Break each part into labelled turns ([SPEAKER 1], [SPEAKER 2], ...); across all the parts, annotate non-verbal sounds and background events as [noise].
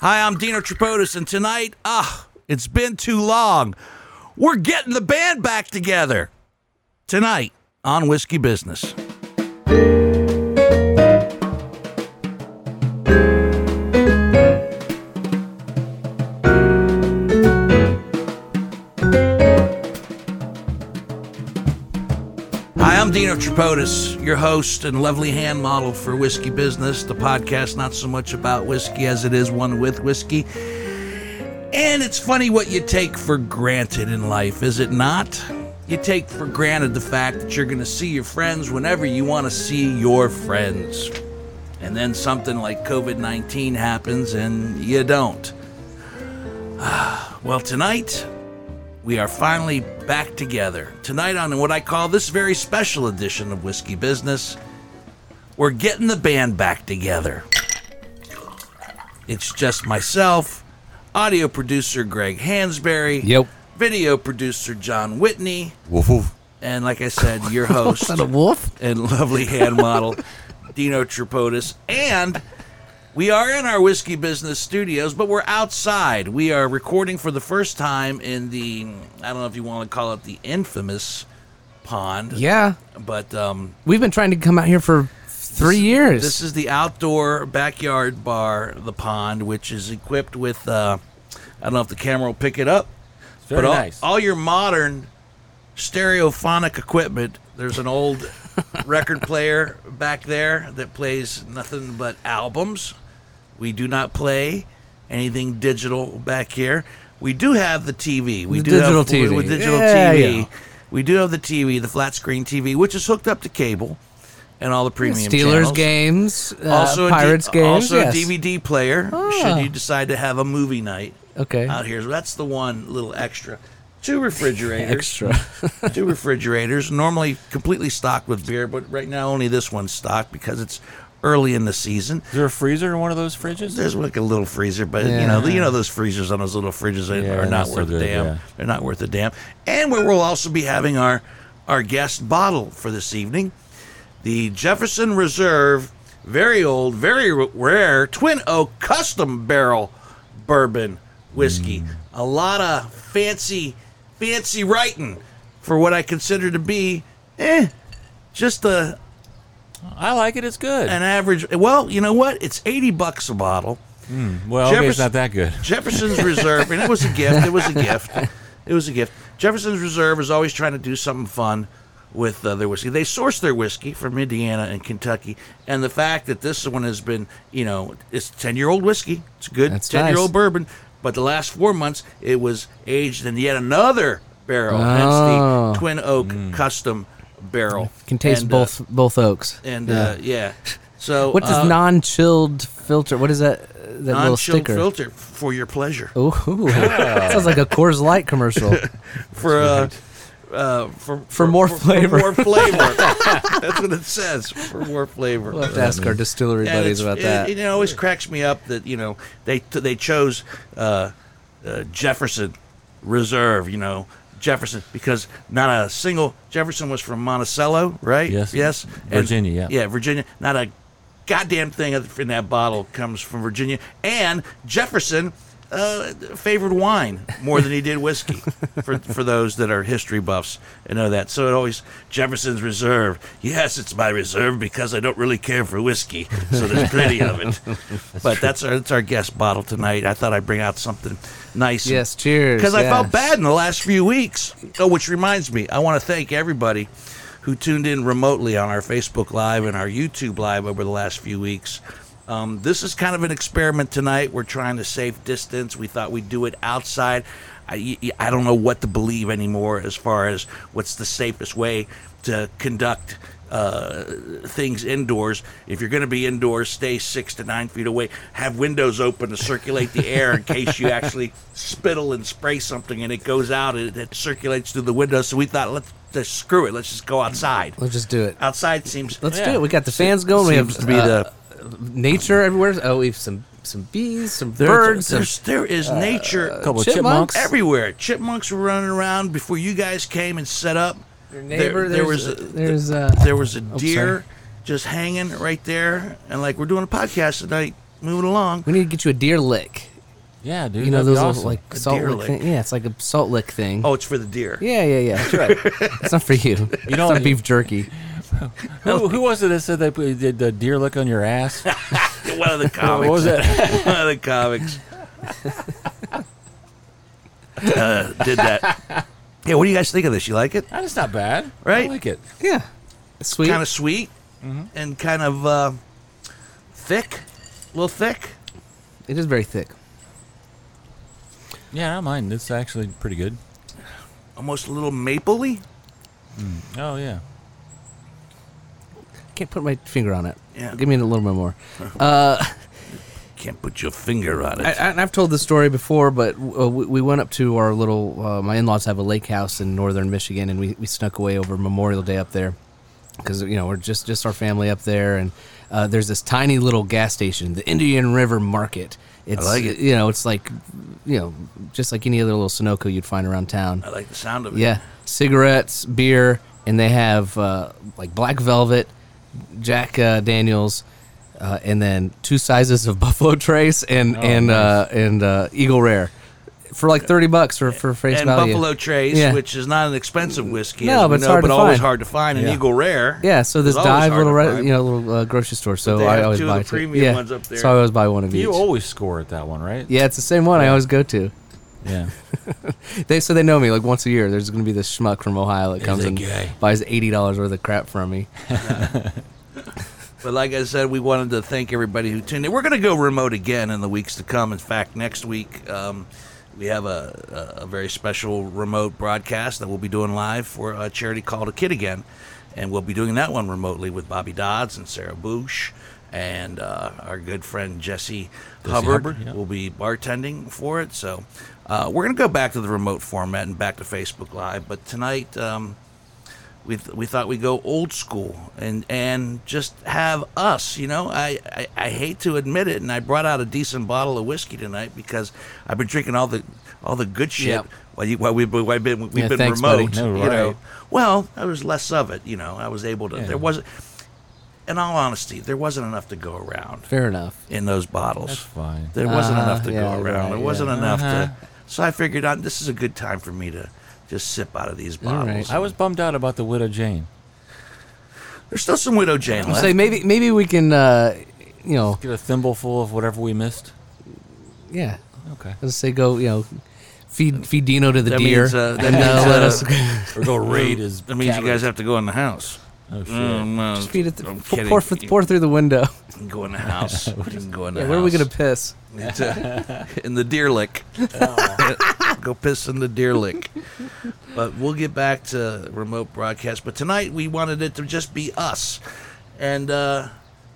[SPEAKER 1] Hi, I'm Dino Tripodis, and tonight, ah, it's been too long. We're getting the band back together tonight on Whiskey Business. Hi, I'm Dino Tripodis, your host and lovely hand model for Whiskey Business, the podcast not so much about whiskey as it is one with whiskey. And it's funny what you take for granted in life, is it not? You take for granted the fact that you're going to see your friends whenever you want to see your friends. And then something like COVID 19 happens and you don't. [sighs] well, tonight, we are finally back together. Tonight, on what I call this very special edition of Whiskey Business, we're getting the band back together. It's just myself, audio producer Greg Hansberry,
[SPEAKER 2] Yep.
[SPEAKER 1] video producer John Whitney,
[SPEAKER 2] Woof woof.
[SPEAKER 1] and like I said,
[SPEAKER 2] [laughs]
[SPEAKER 1] your host
[SPEAKER 2] wolf?
[SPEAKER 1] and [laughs] lovely hand model, Dino Tripodis. And we are in our whiskey business studios, but we're outside. We are recording for the first time in the, I don't know if you want to call it the infamous pond,
[SPEAKER 2] Yeah.
[SPEAKER 1] but um,
[SPEAKER 2] We've been trying to come out here for three years.
[SPEAKER 1] this is the outdoor backyard bar, the pond, which is equipped with, uh, I don't know if the camera will pick it up,
[SPEAKER 2] very
[SPEAKER 1] but all,
[SPEAKER 2] nice.
[SPEAKER 1] all your modern stereophonic equipment. There's an
[SPEAKER 2] [laughs]
[SPEAKER 1] old record player back there that plays nothing but albums. We do not play anything digital back here. We do have the TV. We
[SPEAKER 2] The
[SPEAKER 1] do
[SPEAKER 2] digital
[SPEAKER 1] have, we-
[SPEAKER 2] TV.
[SPEAKER 1] With digital
[SPEAKER 2] Yeah,
[SPEAKER 1] TV.
[SPEAKER 2] yeah.
[SPEAKER 1] We do have the TV, the flat screen TV, which is hooked up to cable and all the premium
[SPEAKER 2] Steelers
[SPEAKER 1] channels.
[SPEAKER 2] games, uh,
[SPEAKER 1] Also a D-
[SPEAKER 2] Pirates games.
[SPEAKER 1] Also
[SPEAKER 2] yes.
[SPEAKER 1] a DVD player.
[SPEAKER 2] Ah.
[SPEAKER 1] Should you decide to have a movie night
[SPEAKER 2] Okay.
[SPEAKER 1] out here. So that's the one little extra. Two refrigerators.
[SPEAKER 2] [laughs] Extra.
[SPEAKER 1] [laughs] two refrigerators, normally completely stocked with beer, but right now only this one's stocked because it's early in the season.
[SPEAKER 3] Is there a freezer in one of those fridges?
[SPEAKER 1] There's like a little freezer, but you know, you know those freezers on those little fridges they
[SPEAKER 3] Yeah,
[SPEAKER 1] are
[SPEAKER 3] not
[SPEAKER 1] not
[SPEAKER 3] so
[SPEAKER 1] worth a
[SPEAKER 3] good,
[SPEAKER 1] damn.
[SPEAKER 3] yeah.
[SPEAKER 1] They're not worth a damn. And we will also be having our our guest bottle for this evening, the Jefferson Reserve, very old, very r- rare Twin Oak Custom Barrel Bourbon Whiskey.
[SPEAKER 3] Mm.
[SPEAKER 1] A lot of fancy, fancy writing for what I consider to be, eh, just a
[SPEAKER 3] I like it. It's good.
[SPEAKER 1] an average. Well, you know what? It's eighty bucks a bottle.
[SPEAKER 3] well, okay, it's
[SPEAKER 1] Jefferson-
[SPEAKER 3] not that good.
[SPEAKER 1] Jefferson's Reserve, and it was a gift. It was a gift. It was a gift. Jefferson's Reserve is always trying to do something fun with uh, their whiskey. They source their whiskey from Indiana and Kentucky, and the fact that this one has been, you know, it's ten year old whiskey. It's good
[SPEAKER 2] That's
[SPEAKER 1] ten year old
[SPEAKER 2] nice.
[SPEAKER 1] bourbon, but the last four months it was aged in yet another barrel.
[SPEAKER 2] Oh.
[SPEAKER 1] Hence the Twin Oak Custom barrel.
[SPEAKER 2] Can taste
[SPEAKER 1] And, uh,
[SPEAKER 2] both both oaks.
[SPEAKER 1] and yeah. Uh, yeah. So
[SPEAKER 2] What does
[SPEAKER 1] uh,
[SPEAKER 2] non-chilled filter? What is that? uh, That little
[SPEAKER 1] non-chilled
[SPEAKER 2] sticker.
[SPEAKER 1] filter for your pleasure?
[SPEAKER 2] Ooh, [laughs] sounds like a Coors Light commercial.
[SPEAKER 1] for uh, uh, for, for
[SPEAKER 2] more flavor.
[SPEAKER 1] more flavor.
[SPEAKER 2] [laughs]
[SPEAKER 1] That's what it says. For more flavor.
[SPEAKER 2] We'll have to ask our distillery
[SPEAKER 1] And it's-
[SPEAKER 2] buddies about
[SPEAKER 1] it,
[SPEAKER 2] that.
[SPEAKER 1] It, always cracks me up that you know they they chose uh, uh, Jefferson Reserve. You know. Jefferson, because not a single Jefferson was from Monticello, right?
[SPEAKER 3] Yes.
[SPEAKER 1] yes,
[SPEAKER 3] Virginia, yeah.
[SPEAKER 1] yeah, Virginia. Not a goddamn thing in that bottle comes from Virginia, and Jefferson uh, favored wine more than he did whiskey. for for those that are history buffs and know that, so it always Jefferson's Reserve. Yes, it's my reserve because I don't really care for whiskey, so there's plenty of it. but that's our that's our guest bottle tonight. I thought I'd bring out something nice. and
[SPEAKER 2] yes, cheers.
[SPEAKER 1] because I
[SPEAKER 2] yeah.
[SPEAKER 1] felt bad in the last few weeks. Oh, which reminds me, I want to thank everybody who tuned in remotely on our Facebook Live and our YouTube Live over the last few weeks. Um, this is kind of an experiment tonight. We're trying to safe distance. We thought we'd do it outside. I, y- y- I don't know what to believe anymore as far as what's the safest way to conduct uh, things indoors. If you're going to be indoors, stay six to nine feet away. Have windows open to circulate the air in case you actually spittle and spray something and it goes out and it circulates through the window. So we thought, let's just screw it. Let's just go outside.
[SPEAKER 2] Let's just do it.
[SPEAKER 1] Outside seems.
[SPEAKER 2] Let's
[SPEAKER 3] Yeah.
[SPEAKER 2] do it. We got the fans going. We have
[SPEAKER 1] Seems to be
[SPEAKER 2] uh,
[SPEAKER 1] the-
[SPEAKER 2] nature everywhere. Oh, we have some some bees, some birds,
[SPEAKER 1] Birds.
[SPEAKER 2] some
[SPEAKER 1] There's, there is
[SPEAKER 2] Uh,
[SPEAKER 1] nature
[SPEAKER 3] couple
[SPEAKER 2] chipmunks.
[SPEAKER 3] chipmunks.
[SPEAKER 1] everywhere. Chipmunks were running around before you guys came and set up. Your
[SPEAKER 2] neighbor.
[SPEAKER 1] there, there was
[SPEAKER 2] there's
[SPEAKER 1] a,
[SPEAKER 2] there's a Oh,
[SPEAKER 1] there was a
[SPEAKER 2] sorry.
[SPEAKER 1] deer just hanging right there, and like we're doing a podcast tonight, moving along.
[SPEAKER 2] We need to get you a deer lick.
[SPEAKER 3] Yeah, dude.
[SPEAKER 2] You know
[SPEAKER 3] that'd be
[SPEAKER 2] those
[SPEAKER 3] awesome.
[SPEAKER 2] little, like
[SPEAKER 1] A
[SPEAKER 2] salt
[SPEAKER 1] deer
[SPEAKER 2] lick,
[SPEAKER 1] lick.
[SPEAKER 2] thing. Yeah, it's like a salt lick thing.
[SPEAKER 1] Oh, it's for the deer.
[SPEAKER 2] Yeah, yeah, yeah. That's right. it's not for you. You
[SPEAKER 3] know-
[SPEAKER 2] don't it's not beef jerky.
[SPEAKER 3] [laughs] who, who was it that said they put- did the deer lick on your [laughs] ass?
[SPEAKER 1] [laughs] One
[SPEAKER 2] [laughs]
[SPEAKER 1] of the comics.
[SPEAKER 3] what was
[SPEAKER 1] [laughs]
[SPEAKER 3] that?
[SPEAKER 1] One of the comics. uh, did that. Yeah, what do you guys think of this? You like it?
[SPEAKER 3] That's not bad.
[SPEAKER 1] Right?
[SPEAKER 3] I like it.
[SPEAKER 2] Yeah. It's sweet. Mm-hmm.
[SPEAKER 1] Kind of sweet and kind of uh, thick, a little thick.
[SPEAKER 2] it is very thick.
[SPEAKER 3] Yeah, I don't mind. It's actually pretty good.
[SPEAKER 1] almost a little mapley.
[SPEAKER 3] Oh yeah.
[SPEAKER 2] Can't put my finger on it.
[SPEAKER 1] Yeah.
[SPEAKER 2] Give me a little bit more.
[SPEAKER 1] Can't put your finger on it.
[SPEAKER 2] I, I, and I've told this story before, but uh, we, we went up to our little. Uh, my in-laws have a lake house in northern Michigan, and we, we snuck away over Memorial Day up there because you know we're just just our family up there, and uh, there's this tiny little gas station, the Indian River Market. It's
[SPEAKER 1] like it.
[SPEAKER 2] you know it's like you know just like any other little Sunoco you'd find around town.
[SPEAKER 1] I like the sound of it.
[SPEAKER 2] Yeah, cigarettes, beer, and they have uh, like black velvet, Jack uh, Daniels, uh, and then two sizes of [laughs] Buffalo Trace and
[SPEAKER 1] Oh,
[SPEAKER 2] and uh, and uh, Eagle Rare for like thirty bucks for for face
[SPEAKER 1] And
[SPEAKER 2] value.
[SPEAKER 1] Buffalo Trace,
[SPEAKER 2] Yeah.
[SPEAKER 1] which is not an expensive whiskey,
[SPEAKER 2] No,
[SPEAKER 1] as we
[SPEAKER 2] but it's
[SPEAKER 1] know,
[SPEAKER 2] hard
[SPEAKER 1] but
[SPEAKER 2] to
[SPEAKER 1] always
[SPEAKER 2] find.
[SPEAKER 1] hard to find. And
[SPEAKER 3] Yeah.
[SPEAKER 1] Eagle Rare.
[SPEAKER 2] yeah, so this
[SPEAKER 1] is always
[SPEAKER 2] dive
[SPEAKER 1] hard
[SPEAKER 2] little
[SPEAKER 1] to
[SPEAKER 2] re-
[SPEAKER 1] find.
[SPEAKER 2] you know little uh, grocery store. So
[SPEAKER 1] they
[SPEAKER 2] I
[SPEAKER 1] have
[SPEAKER 2] always
[SPEAKER 1] two of
[SPEAKER 2] buy
[SPEAKER 1] the
[SPEAKER 2] two.
[SPEAKER 1] premium
[SPEAKER 2] yeah.
[SPEAKER 1] ones up there.
[SPEAKER 2] So I always buy one of each.
[SPEAKER 3] You always score at that one, right?
[SPEAKER 2] yeah, it's the same one I always go to.
[SPEAKER 3] Yeah.
[SPEAKER 2] They so they know me like once a year. There's gonna be this schmuck from Ohio that comes
[SPEAKER 3] that
[SPEAKER 2] and
[SPEAKER 3] guy.
[SPEAKER 2] buys eighty dollars worth of crap from me.
[SPEAKER 1] But like I said, we wanted to thank everybody who tuned in. We're going to go remote again in the weeks to come. In fact, next week um, we have a, a a very special remote broadcast that we'll be doing live for a charity called A Kid Again, and we'll be doing that one remotely with Bobby Dodds and Sarah Boosh and uh, our good friend Jesse Hubbard.
[SPEAKER 3] Hubbard, yeah.
[SPEAKER 1] will be bartending for it. So uh, we're going to go back to the remote format and back to Facebook Live. But tonight. Um, we, th- we thought we'd go old school and and just have us you know I, I i hate to admit it and i brought out a decent bottle of whiskey tonight because i've been drinking all the all the good shit
[SPEAKER 2] Yep.
[SPEAKER 1] while you while we've been we've been, we've
[SPEAKER 2] Yeah,
[SPEAKER 1] been
[SPEAKER 2] thanks, buddy.
[SPEAKER 1] remote
[SPEAKER 3] No,
[SPEAKER 1] you
[SPEAKER 3] right.
[SPEAKER 1] know well there was less of it you know i was able to
[SPEAKER 3] Yeah.
[SPEAKER 1] there wasn't in all honesty there wasn't enough to go around
[SPEAKER 2] Fair enough.
[SPEAKER 1] in those bottles
[SPEAKER 3] That's fine.
[SPEAKER 1] there wasn't
[SPEAKER 2] Uh-huh,
[SPEAKER 1] enough to
[SPEAKER 2] yeah,
[SPEAKER 1] go
[SPEAKER 2] right,
[SPEAKER 1] around. there
[SPEAKER 2] yeah.
[SPEAKER 1] wasn't enough
[SPEAKER 3] Uh-huh.
[SPEAKER 1] to. So I figured out this is a good time for me to just sip out of these
[SPEAKER 2] All
[SPEAKER 1] bottles.
[SPEAKER 3] I was bummed out about the Widow Jane.
[SPEAKER 1] There's still some Widow Jane left.
[SPEAKER 2] Say maybe maybe we can uh, you know
[SPEAKER 3] Get a thimbleful of whatever we missed.
[SPEAKER 2] yeah
[SPEAKER 3] Okay.
[SPEAKER 2] let's say go you know feed feed Dino to the
[SPEAKER 1] That
[SPEAKER 2] deer
[SPEAKER 1] means, uh, that
[SPEAKER 2] and uh,
[SPEAKER 1] means,
[SPEAKER 2] let
[SPEAKER 1] uh,
[SPEAKER 2] us [laughs]
[SPEAKER 3] Or go raid his.
[SPEAKER 1] Mm. That means you
[SPEAKER 3] cabin.
[SPEAKER 1] guys have to go in the house.
[SPEAKER 3] Oh shit.
[SPEAKER 1] Um, uh,
[SPEAKER 2] just feed it th-
[SPEAKER 1] I'm
[SPEAKER 2] pour,
[SPEAKER 1] kidding.
[SPEAKER 2] pour f- pour through the window
[SPEAKER 1] You can go in the
[SPEAKER 2] [laughs]
[SPEAKER 1] house. you can go in the
[SPEAKER 2] yeah,
[SPEAKER 1] house.
[SPEAKER 2] where are we gonna [laughs] piss
[SPEAKER 1] It's, uh, in the deer lick.
[SPEAKER 2] Oh.
[SPEAKER 1] [laughs] Go piss in the deer lick. But we'll get back to remote broadcast. But tonight we wanted it to just be us. And uh,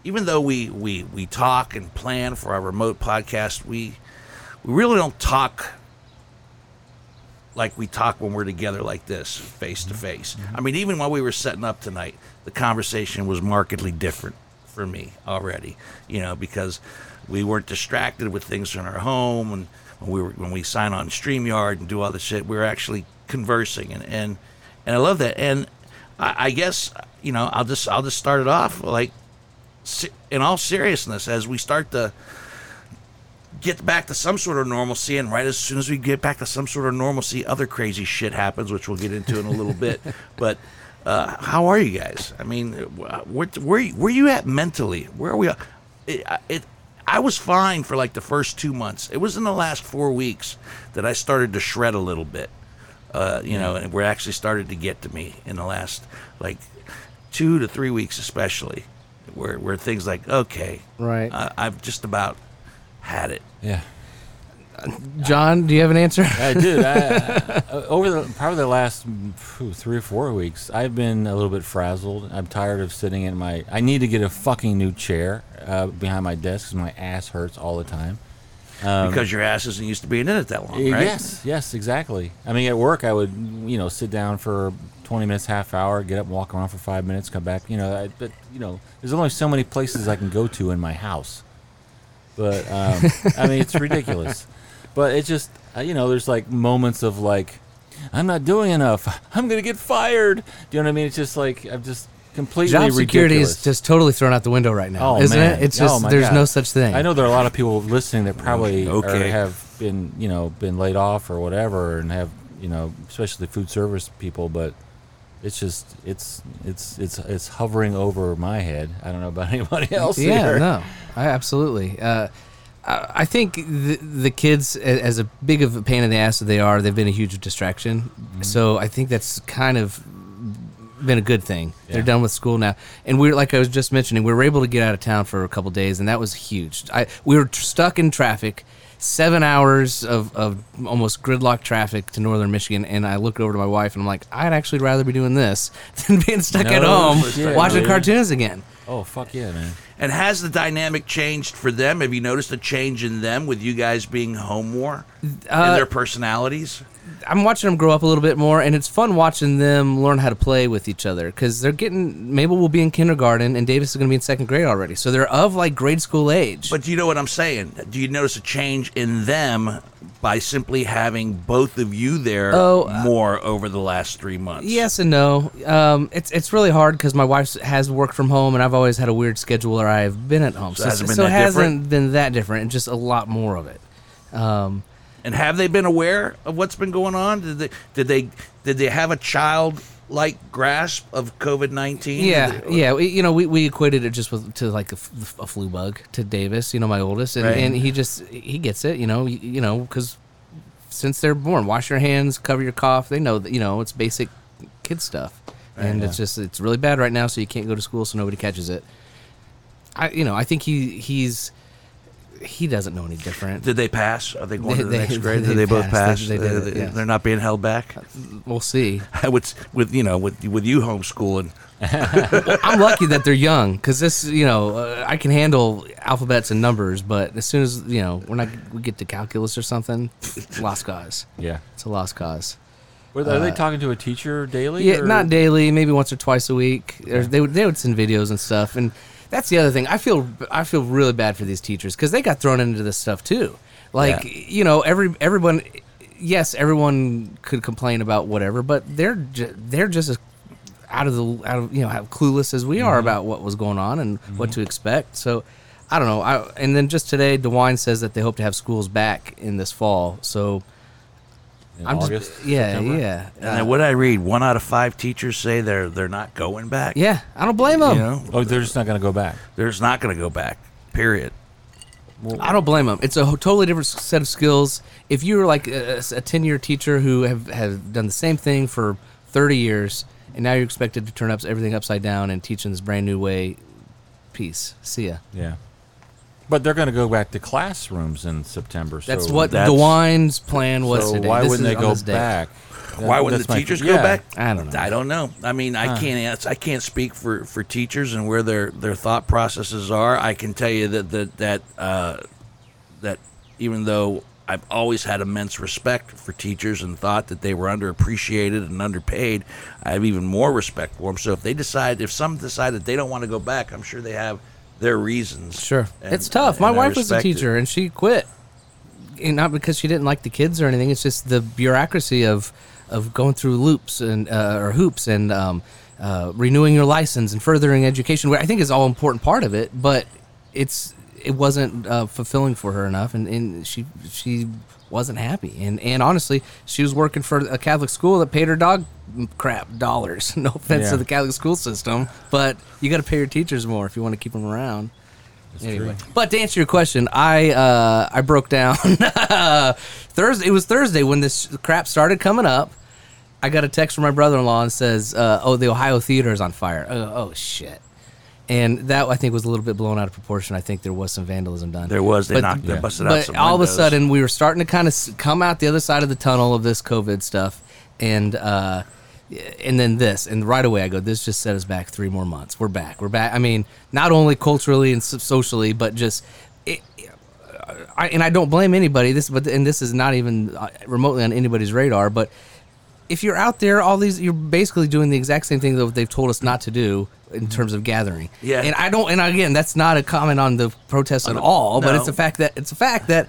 [SPEAKER 1] even though we, we, we talk and plan for our remote podcast, we we really don't talk like we talk when we're together like this, face to face. I mean, even while we were setting up tonight, the conversation was markedly different for me already. You know, because we weren't distracted with things in our home, and when we were when we sign on Streamyard and do all this shit, we were actually conversing, and and and I love that. And I, I guess you know, I'll just I'll just start it off like, se- in all seriousness, as we start to get back to some sort of normalcy and right as soon as we get back to some sort of normalcy other crazy shit happens which we'll get into in a little bit but uh, how are you guys i mean wh- what, where, where you at mentally where are we at? It, it, i was fine for like the first two months it was in the last four weeks that i started to shred a little bit uh, you know and where it actually started to get to me in the last like two to three weeks especially where, where things like okay
[SPEAKER 2] Right.
[SPEAKER 1] I, i've just about had it
[SPEAKER 3] Yeah.
[SPEAKER 2] John do you have an answer
[SPEAKER 3] I did. I, I, over the probably the last phew, three or four weeks, I've been a little bit frazzled. I'm tired of sitting in my. I need to get a fucking new chair uh, behind my desk 'cause my ass hurts all the time.
[SPEAKER 2] Um,
[SPEAKER 1] because your ass isn't used to being in it that long,
[SPEAKER 2] Eh,
[SPEAKER 3] Uh,
[SPEAKER 1] right?
[SPEAKER 3] Yes, yes, exactly. I mean, at work, I would you know sit down for twenty minutes, half hour, get up, and walk around for five minutes, come back. You know, I, but you know, there's only so many places I can go to in my house. But um, I mean, it's ridiculous. But it's just uh, you know, there's like moments of like, I'm not doing enough. I'm gonna get fired. Do you know what I mean? It's just like I'm just completely
[SPEAKER 2] job security
[SPEAKER 3] ridiculous.
[SPEAKER 2] is just totally thrown out the window right now
[SPEAKER 3] Oh,
[SPEAKER 2] isn't
[SPEAKER 3] man.
[SPEAKER 2] it it's
[SPEAKER 3] Oh,
[SPEAKER 2] just
[SPEAKER 3] my
[SPEAKER 2] there's
[SPEAKER 3] God.
[SPEAKER 2] no such thing
[SPEAKER 3] I know there are a lot of people listening that probably
[SPEAKER 1] Okay.
[SPEAKER 3] are- have been you know been laid off or whatever, and have you know especially food service people, but it's just it's it's it's it's hovering over my head. I don't know about [laughs] anybody else.
[SPEAKER 2] yeah,
[SPEAKER 3] here.
[SPEAKER 2] no, I absolutely. Uh, I I think the, the kids, a- as a big of a pain in the ass as they are, they've been a huge distraction.
[SPEAKER 3] Mm-hmm.
[SPEAKER 2] So I think that's kind of been a good thing. They're
[SPEAKER 3] Yeah.
[SPEAKER 2] done with school now, and we're like I was just mentioning, we were able to get out of town for a couple days, and that was huge. I we were tr- stuck in traffic. Seven hours of, of almost gridlock traffic to northern Michigan, and I looked over to my wife and I'm like, I'd actually rather be doing this [laughs] than being stuck
[SPEAKER 3] No
[SPEAKER 2] at home
[SPEAKER 3] shit,
[SPEAKER 2] watching
[SPEAKER 3] dude.
[SPEAKER 2] cartoons again.
[SPEAKER 3] Oh fuck yeah, man.
[SPEAKER 1] And has the dynamic changed for them? Have you noticed a change in them with you guys being home more
[SPEAKER 2] Uh,
[SPEAKER 1] and their personalities?
[SPEAKER 2] I'm watching them grow up a little bit more, and it's fun watching them learn how to play with each other because they're getting. Mabel will be in kindergarten, and Davis is going to be in second grade already, so they're of like grade school age.
[SPEAKER 1] But do you know what I'm saying? Do you notice a change in them by simply having both of you there
[SPEAKER 2] Oh, uh,
[SPEAKER 1] more over the last three months?
[SPEAKER 2] yes and no. Um, it's it's really hard because my wife has worked from home, and I've always had a weird schedule where I've been at home,
[SPEAKER 1] So it hasn't been
[SPEAKER 2] so it
[SPEAKER 1] that
[SPEAKER 2] hasn't
[SPEAKER 1] different?
[SPEAKER 2] been that different, and just a lot more of it. Um,
[SPEAKER 1] And have they been aware of what's been going on? Did they did they did they have a child like grasp of COVID nineteen?
[SPEAKER 2] Yeah, yeah. We, you know, we, we equated it just with to like a, f- a flu bug to Davis. You know, my oldest, and,
[SPEAKER 1] Right.
[SPEAKER 2] and he just he gets it. You know, you, you know, because since they're born, wash your hands, cover your cough. They know that you know it's basic kid stuff, and it's just it's really bad right now. So you can't go to school, so nobody catches it. I you know I think he he's he doesn't know any different.
[SPEAKER 1] Did they pass? Are they going to the
[SPEAKER 2] They-
[SPEAKER 1] next
[SPEAKER 2] they-
[SPEAKER 1] grade?
[SPEAKER 2] they
[SPEAKER 1] did they both
[SPEAKER 2] passed.
[SPEAKER 1] pass?
[SPEAKER 2] They- they did it, yeah.
[SPEAKER 1] are not being held back.
[SPEAKER 2] we'll see.
[SPEAKER 1] [laughs] I would, with you know, with with you homeschooling.
[SPEAKER 2] I'm lucky that they're young because this, you know, uh, I can handle alphabets and numbers, but as soon as you know, when I we get to calculus or something, lost cause.
[SPEAKER 3] Yeah.
[SPEAKER 2] It's a lost cause.
[SPEAKER 3] Were, are they talking to a teacher daily?
[SPEAKER 2] Uh, Yeah,
[SPEAKER 3] or-
[SPEAKER 2] not daily, maybe once or twice a week. Or they would they would send videos and stuff, and that's the other thing. I feel I feel really bad for these teachers because they got thrown into this stuff too. Like
[SPEAKER 3] Yeah.
[SPEAKER 2] you know, every everyone, yes, everyone could complain about whatever, but they're ju- they're just as out of the out of you know how clueless as we
[SPEAKER 3] Mm-hmm.
[SPEAKER 2] are about what was going on and what to expect. So. I don't know. I, and then just today, DeWine says that they hope to have schools back in this fall. So
[SPEAKER 3] in
[SPEAKER 2] I'm
[SPEAKER 3] August,
[SPEAKER 2] just, yeah,
[SPEAKER 3] September?
[SPEAKER 2] yeah,
[SPEAKER 1] And
[SPEAKER 2] Uh,
[SPEAKER 1] then what I read, one out of five teachers say they're they're not going back.
[SPEAKER 2] yeah. I don't blame them.
[SPEAKER 1] you know,
[SPEAKER 3] Oh, they're just not gonna go back.
[SPEAKER 1] they're just not going to go back. Period.
[SPEAKER 2] I don't blame them. It's a ho- totally different s- set of skills. If you were like a, a ten-year teacher who have, have done the same thing for thirty years, and now you're expected to turn up everything upside down and teach in this brand new way, peace. See ya.
[SPEAKER 3] Yeah. But they're going to go back to classrooms in September.
[SPEAKER 2] That's
[SPEAKER 3] so
[SPEAKER 2] what
[SPEAKER 1] that's-
[SPEAKER 2] DeWine's plan was
[SPEAKER 3] So
[SPEAKER 2] today.
[SPEAKER 3] why
[SPEAKER 2] This
[SPEAKER 3] wouldn't
[SPEAKER 2] is
[SPEAKER 3] they
[SPEAKER 2] on
[SPEAKER 3] go
[SPEAKER 2] this day.
[SPEAKER 3] back?
[SPEAKER 1] Why wouldn't
[SPEAKER 3] That's
[SPEAKER 1] the
[SPEAKER 3] my-
[SPEAKER 1] teachers
[SPEAKER 3] yeah.
[SPEAKER 1] go back?
[SPEAKER 2] I don't know.
[SPEAKER 1] I don't know. I mean, I can't ans- I can't speak for, for teachers and where their, their thought processes are. I can tell you that that that uh, that even though I've always had immense respect for teachers and thought that they were underappreciated and underpaid, I have even more respect for them. So if they decide, if some decide that they don't want to go back, I'm sure they have their reasons.
[SPEAKER 2] Sure,
[SPEAKER 1] And- uh,
[SPEAKER 2] it's tough.
[SPEAKER 1] and
[SPEAKER 2] My
[SPEAKER 1] I
[SPEAKER 2] wife was a
[SPEAKER 1] respect it.
[SPEAKER 2] teacher, and she quit, and not because she didn't like the kids or anything. It's just the bureaucracy of of going through loops and uh, or hoops and um, uh, renewing your license and furthering education, which I think is all important part of it. But it's it wasn't uh, fulfilling for her enough, and, and she she wasn't happy. And and honestly, she was working for a Catholic school that paid her dog mm, crap dollars. [laughs] No offense to
[SPEAKER 3] Yeah.
[SPEAKER 2] the Catholic school system, but you got to pay your teachers more if you want to keep them around. Anyway,
[SPEAKER 3] true.
[SPEAKER 2] but to answer your question, I uh, I broke down [laughs] Thursday. It was Thursday when this crap started coming up. I got a text from my brother-in-law and says, uh, "Oh, the Ohio theater is on fire." Oh, oh shit! And that I think was a little bit blown out of proportion. I think there was some vandalism done.
[SPEAKER 1] There was they
[SPEAKER 2] But-
[SPEAKER 1] knocked they
[SPEAKER 3] Yeah.
[SPEAKER 1] busted out
[SPEAKER 2] But
[SPEAKER 1] some
[SPEAKER 2] all of a
[SPEAKER 1] windows.
[SPEAKER 2] sudden, we were starting to kind of come out the other side of the tunnel of this COVID stuff, and uh, and then this, and right away I go, this just set us back three more months. We're back. We're back. I mean, not only culturally and so- socially, but just. It, I, and I don't blame anybody. This, but and this is not even uh, remotely on anybody's radar. But if you're out there, all these you're basically doing the exact same thing that they've told us not to do in terms of gathering.
[SPEAKER 1] Yeah.
[SPEAKER 2] And I don't. And again, that's not a comment on the protests at all, Oh, but
[SPEAKER 1] no.
[SPEAKER 2] it's a fact that it's a fact that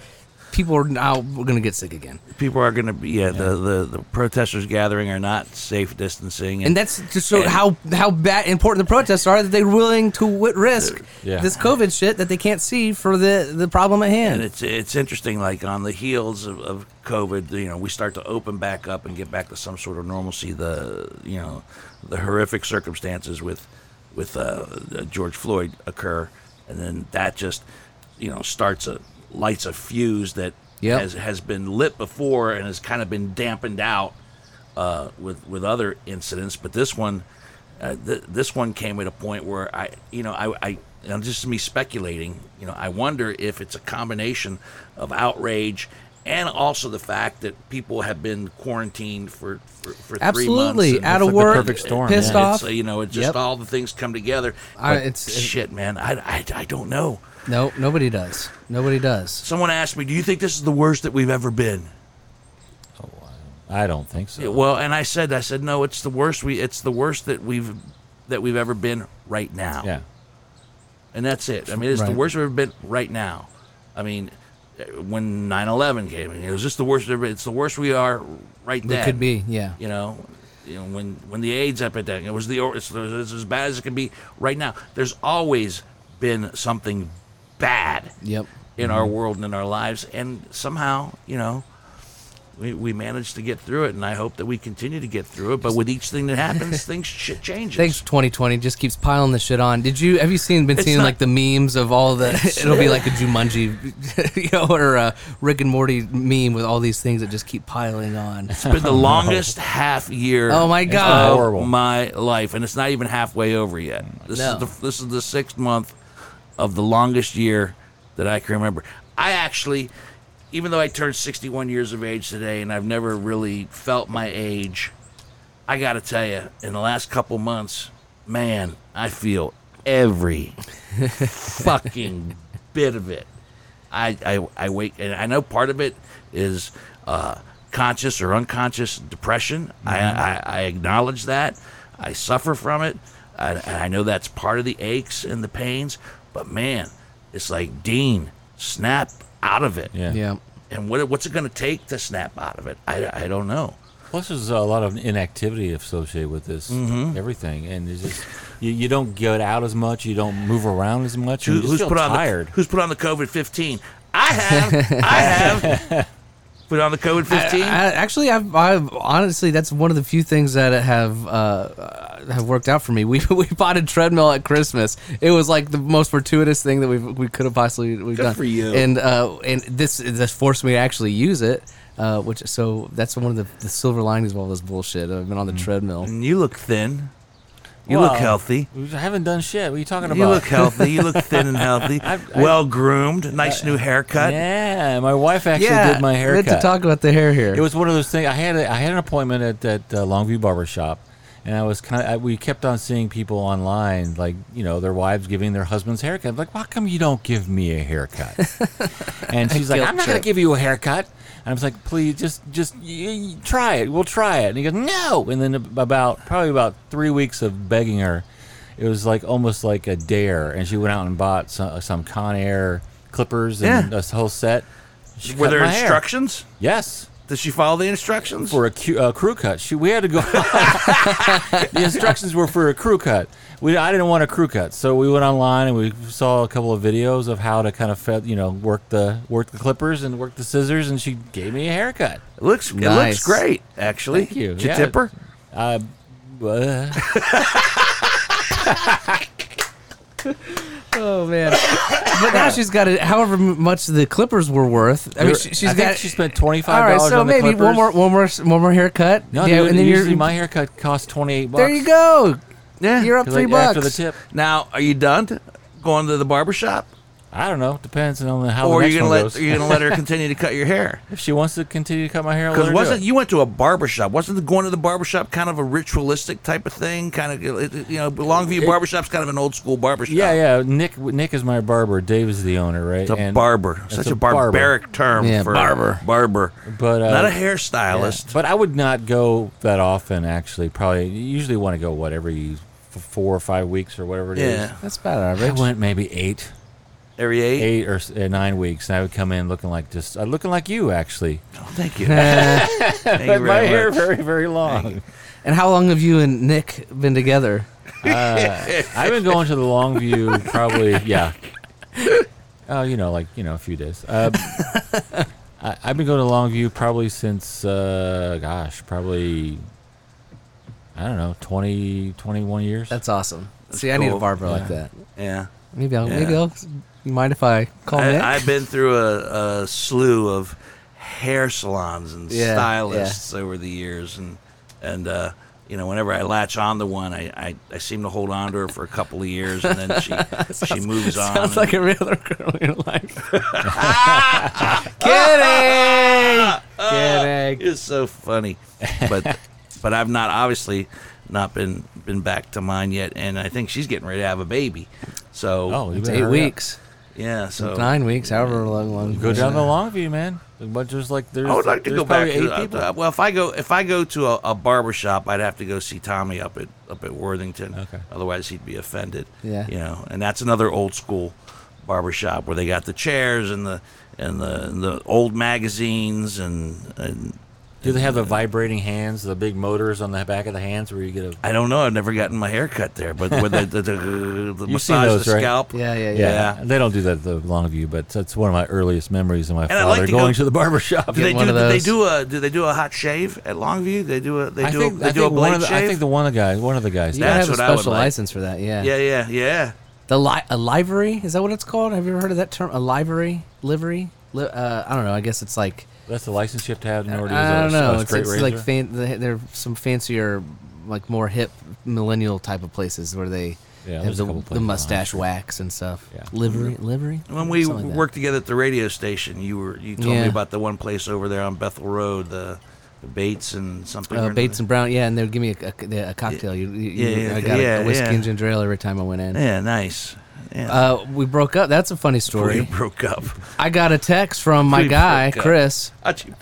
[SPEAKER 2] people are now we're gonna get sick again,
[SPEAKER 1] People are going to be, yeah, The, the, the protesters gathering are not safe distancing.
[SPEAKER 2] and that's just so how how bad important the protests are that they're willing to w- risk
[SPEAKER 3] Yeah.
[SPEAKER 2] this COVID shit that they can't see for the the problem at hand.
[SPEAKER 1] And it's it's interesting. Like on the heels of, of COVID, you know, we start to open back up and get back to some sort of normalcy. The you know, the horrific circumstances with with uh, George Floyd occur, and then that just you know starts a lights a fuse that
[SPEAKER 2] Yep.
[SPEAKER 1] has has been lit before and has kind of been dampened out uh, with with other incidents, but this one, uh, th- this one came at a point where I, you know, I, I, and just me speculating, you know, I wonder if it's a combination of outrage and also the fact that people have been quarantined for for, for three months.
[SPEAKER 2] Absolutely,
[SPEAKER 1] and-
[SPEAKER 2] out of
[SPEAKER 3] like the
[SPEAKER 2] work,
[SPEAKER 3] perfect storm,
[SPEAKER 2] pissed
[SPEAKER 3] yeah.
[SPEAKER 2] off.
[SPEAKER 1] It's, uh, you know, it just
[SPEAKER 2] Yep.
[SPEAKER 1] all the things come together.
[SPEAKER 2] I-
[SPEAKER 1] But
[SPEAKER 2] it's- it-
[SPEAKER 1] shit, man. I, I, I don't know.
[SPEAKER 2] No, nobody does. Nobody does.
[SPEAKER 1] Someone asked me, "Do you think this is the worst that we've ever been?"
[SPEAKER 3] I don't think so.
[SPEAKER 1] Yeah, well, and I said, I said, no, it's the worst. We, it's the worst that we've that we've ever been right now.
[SPEAKER 3] yeah.
[SPEAKER 1] and that's it. I mean, it's the
[SPEAKER 2] Right.
[SPEAKER 1] worst we've ever been right now. I mean, uh, when 9/11 came, it was just the worst. Ever, it's the worst we are right
[SPEAKER 2] It
[SPEAKER 1] now.
[SPEAKER 2] could be, yeah.
[SPEAKER 1] You know, you know when when the AIDS epidemic, it was the or- it's, it's as bad as it can be right now. There's always been something bad
[SPEAKER 2] Yep.
[SPEAKER 1] in our world and in our lives. And somehow, you know, we, we managed to get through it, and I hope that we continue to get through it. But with each thing that happens, things shit changes.
[SPEAKER 2] Thanks, 2020. Just keeps piling the shit on. Did you have you seen been
[SPEAKER 1] It's
[SPEAKER 2] seeing
[SPEAKER 1] not-
[SPEAKER 2] like the memes of
[SPEAKER 1] [laughs]
[SPEAKER 2] all the? It'll be like a Jumanji, [laughs] you know, or a Rick and Morty meme with all these things that just keep
[SPEAKER 1] [laughs]
[SPEAKER 2] piling on.
[SPEAKER 1] It's
[SPEAKER 2] [laughs]
[SPEAKER 1] been the longest half year.
[SPEAKER 2] Oh my
[SPEAKER 1] of
[SPEAKER 2] god!
[SPEAKER 3] horrible.
[SPEAKER 1] my life, and it's not even halfway over yet. This
[SPEAKER 2] No.
[SPEAKER 1] is the this is the sixth month of the longest year that I can remember. I actually, even though I turned 61 years of age today, and I've never really felt my age, I got to tell you, in the last couple months, man, I feel every fucking bit of it. I, I, I wake, and I know part of it is uh, conscious or unconscious depression. I,
[SPEAKER 3] Mm-hmm.
[SPEAKER 1] I, I acknowledge that. I suffer from it. I, and I know that's part of the aches and the pains. But man, it's like, Dean, snap out of it.
[SPEAKER 3] Yeah.
[SPEAKER 2] Yeah.
[SPEAKER 1] And what, what's it going to take to snap out of it? I, I don't know.
[SPEAKER 3] Plus, there's a lot of inactivity associated with this
[SPEAKER 1] Mm-hmm.
[SPEAKER 3] everything, and it's just you, you don't get out as much, you don't move around as much.
[SPEAKER 1] Who-
[SPEAKER 3] and you just
[SPEAKER 1] who's
[SPEAKER 3] feel
[SPEAKER 1] put on
[SPEAKER 3] tired.
[SPEAKER 1] The, who's put on the COVID fifteen? I have. I have
[SPEAKER 3] [laughs]
[SPEAKER 1] put on the COVID fifteen.
[SPEAKER 2] I, actually, I've, I've honestly, that's one of the few things that have uh, uh, have worked out for me. [laughs] We we bought a treadmill at Christmas. It was like the most fortuitous thing that we we could have possibly we've
[SPEAKER 1] Good
[SPEAKER 2] done
[SPEAKER 1] for you.
[SPEAKER 2] And uh, and this this forced me to actually use it. Uh, which so that's one of the, the silver linings of all this bullshit. I've been on the treadmill.
[SPEAKER 1] And you look thin. You
[SPEAKER 3] Well,
[SPEAKER 1] look healthy.
[SPEAKER 3] We haven't done shit. What are you talking about?
[SPEAKER 1] You look healthy. You look thin
[SPEAKER 3] [laughs]
[SPEAKER 1] and healthy.
[SPEAKER 3] I've- I-
[SPEAKER 1] well groomed. Nice new haircut.
[SPEAKER 3] yeah, my wife actually did my
[SPEAKER 2] we had
[SPEAKER 3] haircut.
[SPEAKER 2] to talk about the hair here.
[SPEAKER 3] It was one of those things. I had a, I had an appointment at that uh, Longview Barber Shop, and I was kind of we kept on seeing people online, like you know their wives giving their husbands haircut. like, why come you don't give me a
[SPEAKER 2] [laughs]
[SPEAKER 3] haircut? and she's like,
[SPEAKER 2] Guilt
[SPEAKER 3] I'm not gonna
[SPEAKER 2] trip.
[SPEAKER 3] give you a haircut. And I was like, please, just just y- y- try it. We'll try it. And he goes, no. And then ab- about probably about three weeks of begging her, it was like almost like a dare. And she went out and bought some, some Conair clippers and
[SPEAKER 1] Yeah.
[SPEAKER 3] a whole set. She
[SPEAKER 1] Were
[SPEAKER 3] cut
[SPEAKER 1] there
[SPEAKER 3] my hair.
[SPEAKER 1] instructions?
[SPEAKER 3] Yes
[SPEAKER 1] Did she follow the instructions?
[SPEAKER 3] for a cu- uh, crew cut. She, we had to go. [laughs] the instructions were for a crew cut. We, I didn't want a crew cut, so we went online and we saw a couple of videos of how to kind of fed, you know work the work the clippers and work the scissors, and she gave me a haircut.
[SPEAKER 1] it looks.
[SPEAKER 2] Nice.
[SPEAKER 1] It looks great. Actually.
[SPEAKER 3] Thank you.
[SPEAKER 1] Did you
[SPEAKER 3] Yeah.
[SPEAKER 1] tip her?
[SPEAKER 3] Uh, uh,
[SPEAKER 2] oh man! [laughs] but now she's got it. However m- much the clippers were worth. I mean, she, she's
[SPEAKER 3] I
[SPEAKER 2] got.
[SPEAKER 3] think she spent twenty
[SPEAKER 2] all
[SPEAKER 3] five
[SPEAKER 2] right,
[SPEAKER 3] dollars.
[SPEAKER 2] so
[SPEAKER 3] on the
[SPEAKER 2] maybe
[SPEAKER 3] clippers.
[SPEAKER 2] one more, one more, s- one more haircut.
[SPEAKER 3] No,
[SPEAKER 2] Yeah,
[SPEAKER 3] dude,
[SPEAKER 2] and then
[SPEAKER 3] usually
[SPEAKER 2] you're
[SPEAKER 3] my haircut cost twenty eight bucks.
[SPEAKER 2] There you go.
[SPEAKER 1] Yeah.
[SPEAKER 2] You're up
[SPEAKER 3] 'Cause,
[SPEAKER 2] three
[SPEAKER 3] like,
[SPEAKER 2] bucks.
[SPEAKER 3] after the tip.
[SPEAKER 1] Now, are you done going to the barber shop,
[SPEAKER 3] I don't know. Depends on
[SPEAKER 1] or
[SPEAKER 3] how Oh, the
[SPEAKER 1] are
[SPEAKER 3] next
[SPEAKER 1] you gonna
[SPEAKER 3] one
[SPEAKER 1] let
[SPEAKER 3] goes.
[SPEAKER 1] are you gonna let her continue to cut your hair?
[SPEAKER 3] [laughs] if she wants to continue to cut my hair,
[SPEAKER 1] Because wasn't
[SPEAKER 3] it.
[SPEAKER 1] you went to a barbershop? Wasn't going to the barbershop kind of a ritualistic type of thing? Kind of it- it- you know, Longview barbershop's kind of an old school barbershop.
[SPEAKER 3] Yeah, yeah. Nick Nick is my barber. Dave is the owner, right?
[SPEAKER 1] It's a barber,
[SPEAKER 3] it's
[SPEAKER 1] such
[SPEAKER 3] a
[SPEAKER 1] a barbaric term
[SPEAKER 2] Yeah,
[SPEAKER 1] for
[SPEAKER 2] barber.
[SPEAKER 1] barber,
[SPEAKER 3] But, uh,
[SPEAKER 1] not a
[SPEAKER 3] Yeah.
[SPEAKER 1] hairstylist.
[SPEAKER 3] But I would not go that often. Actually, probably you usually want to go what every f- four or five weeks or whatever it is.
[SPEAKER 1] Yeah.
[SPEAKER 2] That's about
[SPEAKER 3] I
[SPEAKER 2] average.
[SPEAKER 3] went maybe eight.
[SPEAKER 1] every eight.
[SPEAKER 3] eight or s- uh, nine weeks, and I would come in looking like just uh, looking like you actually.
[SPEAKER 1] Oh, thank you. thank you
[SPEAKER 3] But my
[SPEAKER 1] very
[SPEAKER 3] hair
[SPEAKER 1] much.
[SPEAKER 3] very very long.
[SPEAKER 2] And how long have you and Nick been together?
[SPEAKER 3] [laughs] I've been going to the long view probably yeah. Oh, you know, like you know, a few days. Uh, [laughs] I, I've been going to Longview probably since, uh, gosh, probably, I don't know, 20, 21 years.
[SPEAKER 2] That's awesome. See, I need a
[SPEAKER 1] cool.
[SPEAKER 2] barber like
[SPEAKER 3] Yeah.
[SPEAKER 2] that.
[SPEAKER 1] Yeah.
[SPEAKER 2] Maybe I'll. Maybe
[SPEAKER 1] Yeah.
[SPEAKER 2] I'll. You mind if I call
[SPEAKER 1] I,
[SPEAKER 2] Oh, Nick? [laughs]
[SPEAKER 1] I've been through a, a slew of hair salons and
[SPEAKER 2] Yeah,
[SPEAKER 1] stylists over the years, and and uh, you know whenever I latch on to one, I, I, I seem to hold on to her for a couple of years, and then she she moves on.
[SPEAKER 2] Sounds
[SPEAKER 1] and-
[SPEAKER 2] like every other girl in your
[SPEAKER 1] [laughs]
[SPEAKER 2] life. [laughs] Kidding. Kidding.
[SPEAKER 1] it's so funny,
[SPEAKER 3] [laughs]
[SPEAKER 1] but but I've not obviously not been been back to mine yet, and I think she's getting ready to have a baby. So
[SPEAKER 3] oh, you
[SPEAKER 2] It's
[SPEAKER 3] better
[SPEAKER 2] eight
[SPEAKER 3] hurry up.
[SPEAKER 2] weeks,
[SPEAKER 1] yeah, so
[SPEAKER 2] nine weeks, however long. long
[SPEAKER 3] Go down to Longview, man. But there's like there's,
[SPEAKER 1] I would like to
[SPEAKER 3] there's
[SPEAKER 1] go back.
[SPEAKER 3] probably
[SPEAKER 1] To,
[SPEAKER 3] eight people.
[SPEAKER 1] uh, well, if I go if I go to a, a barber shop, I'd have to go see Tommy up at up at Worthington.
[SPEAKER 3] Okay.
[SPEAKER 1] Otherwise, he'd be offended.
[SPEAKER 2] Yeah.
[SPEAKER 1] You know, and that's another old school barber shop where they got the chairs and the and the and the old magazines and and
[SPEAKER 3] Do they have the vibrating hands, the big motors on the back of the hands where you get a
[SPEAKER 1] I don't know. I've never gotten my hair cut there, but with the the, the,
[SPEAKER 3] [laughs]
[SPEAKER 1] the
[SPEAKER 3] You've seen
[SPEAKER 1] massage
[SPEAKER 3] those,
[SPEAKER 1] the
[SPEAKER 3] right?
[SPEAKER 1] scalp.
[SPEAKER 2] Yeah, yeah, yeah.
[SPEAKER 1] Yeah.
[SPEAKER 3] They don't do that at the Longview, but that's one of my earliest memories of my
[SPEAKER 1] I
[SPEAKER 3] father
[SPEAKER 1] like to go-
[SPEAKER 3] going to the barber shop.
[SPEAKER 1] Do they
[SPEAKER 2] one
[SPEAKER 1] do?
[SPEAKER 2] of
[SPEAKER 1] do they
[SPEAKER 2] those.
[SPEAKER 1] do a? Do they do a hot shave at Longview? They do a. [laughs] They
[SPEAKER 3] I
[SPEAKER 1] do
[SPEAKER 3] think,
[SPEAKER 1] a.
[SPEAKER 3] I
[SPEAKER 1] They do a
[SPEAKER 3] think one
[SPEAKER 1] blade
[SPEAKER 3] of the,
[SPEAKER 1] shave.
[SPEAKER 3] I think the one of the guys, one of the guys.
[SPEAKER 2] You
[SPEAKER 3] does.
[SPEAKER 2] gotta
[SPEAKER 1] That's
[SPEAKER 2] have a
[SPEAKER 1] what I would
[SPEAKER 2] special
[SPEAKER 1] like.
[SPEAKER 2] license for that. Yeah.
[SPEAKER 1] yeah, yeah, yeah.
[SPEAKER 2] The li- a livery is that what it's called? Have you ever heard of that term? A livery, livery. Li- uh, I don't know. I guess it's like
[SPEAKER 3] That's the license you have to have in order to use
[SPEAKER 2] I
[SPEAKER 3] a-
[SPEAKER 2] don't know.
[SPEAKER 3] a
[SPEAKER 2] It's,
[SPEAKER 3] straight
[SPEAKER 2] it's
[SPEAKER 3] razor.
[SPEAKER 2] like fan- they- they're some fancier, like more hip millennial type of places where they
[SPEAKER 3] Yeah,
[SPEAKER 2] have
[SPEAKER 3] there's
[SPEAKER 2] the,
[SPEAKER 3] a couple
[SPEAKER 2] the
[SPEAKER 3] places on the
[SPEAKER 2] mustache
[SPEAKER 3] street.
[SPEAKER 2] wax and stuff.
[SPEAKER 3] Yeah.
[SPEAKER 2] Livery, livery.
[SPEAKER 1] When we
[SPEAKER 2] Something like that.
[SPEAKER 1] worked together at the radio station, you were you told
[SPEAKER 2] Yeah.
[SPEAKER 1] me about the one place over there on Bethel Road, the, the Bates and something.
[SPEAKER 2] Uh,
[SPEAKER 1] or
[SPEAKER 2] Bates and Brown, yeah, and they would give me a, a, a cocktail. You, you, you-
[SPEAKER 1] Yeah, yeah,
[SPEAKER 2] I got a-
[SPEAKER 1] yeah,
[SPEAKER 2] a whiskey
[SPEAKER 1] yeah.
[SPEAKER 2] and ginger ale every time I went in.
[SPEAKER 1] another. yeah, nice. Yeah, [laughs]
[SPEAKER 2] Uh, we broke up. That's a funny
[SPEAKER 1] Before you
[SPEAKER 2] story.
[SPEAKER 1] broke up.
[SPEAKER 2] I got a text from my
[SPEAKER 1] We
[SPEAKER 2] guy,
[SPEAKER 1] broke up.
[SPEAKER 2] Chris.
[SPEAKER 1] How do you,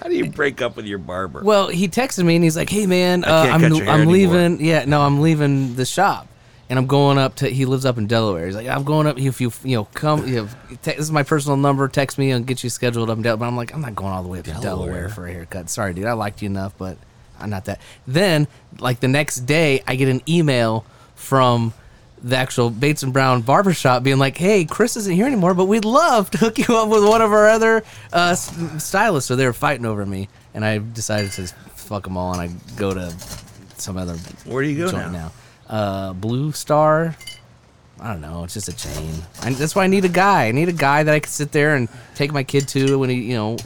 [SPEAKER 1] how do you break up with your barber?
[SPEAKER 2] Well, he texted me and he's like, "Hey man, uh,
[SPEAKER 1] can't
[SPEAKER 2] I'm
[SPEAKER 1] cut your hair
[SPEAKER 2] I'm
[SPEAKER 1] anymore."
[SPEAKER 2] leaving. Yeah, no, I'm leaving the shop, and I'm going up to. He lives up in Delaware. He's like, I'm going up. If you you know come, you know, te- this is my personal number. Text me and get you scheduled up in Delaware. But I'm like, I'm not going all the way up to
[SPEAKER 3] Delaware?
[SPEAKER 2] Delaware for a haircut. Sorry, dude. I liked you enough, but I'm not that. Then, like the next day, I get an email from. The actual Bates and Brown barbershop being like, "Hey, Chris isn't here anymore, but we'd love to hook you up with one of our other uh, s- stylists." So they were fighting over me, and I decided to fuck them all, and I go to some other
[SPEAKER 1] Where do you go
[SPEAKER 2] joint
[SPEAKER 1] now?
[SPEAKER 2] now. Uh, Blue Star. I don't know. It's just a chain. I, that's why I need a guy. I need a guy that I can sit there and take my kid to when he, you know,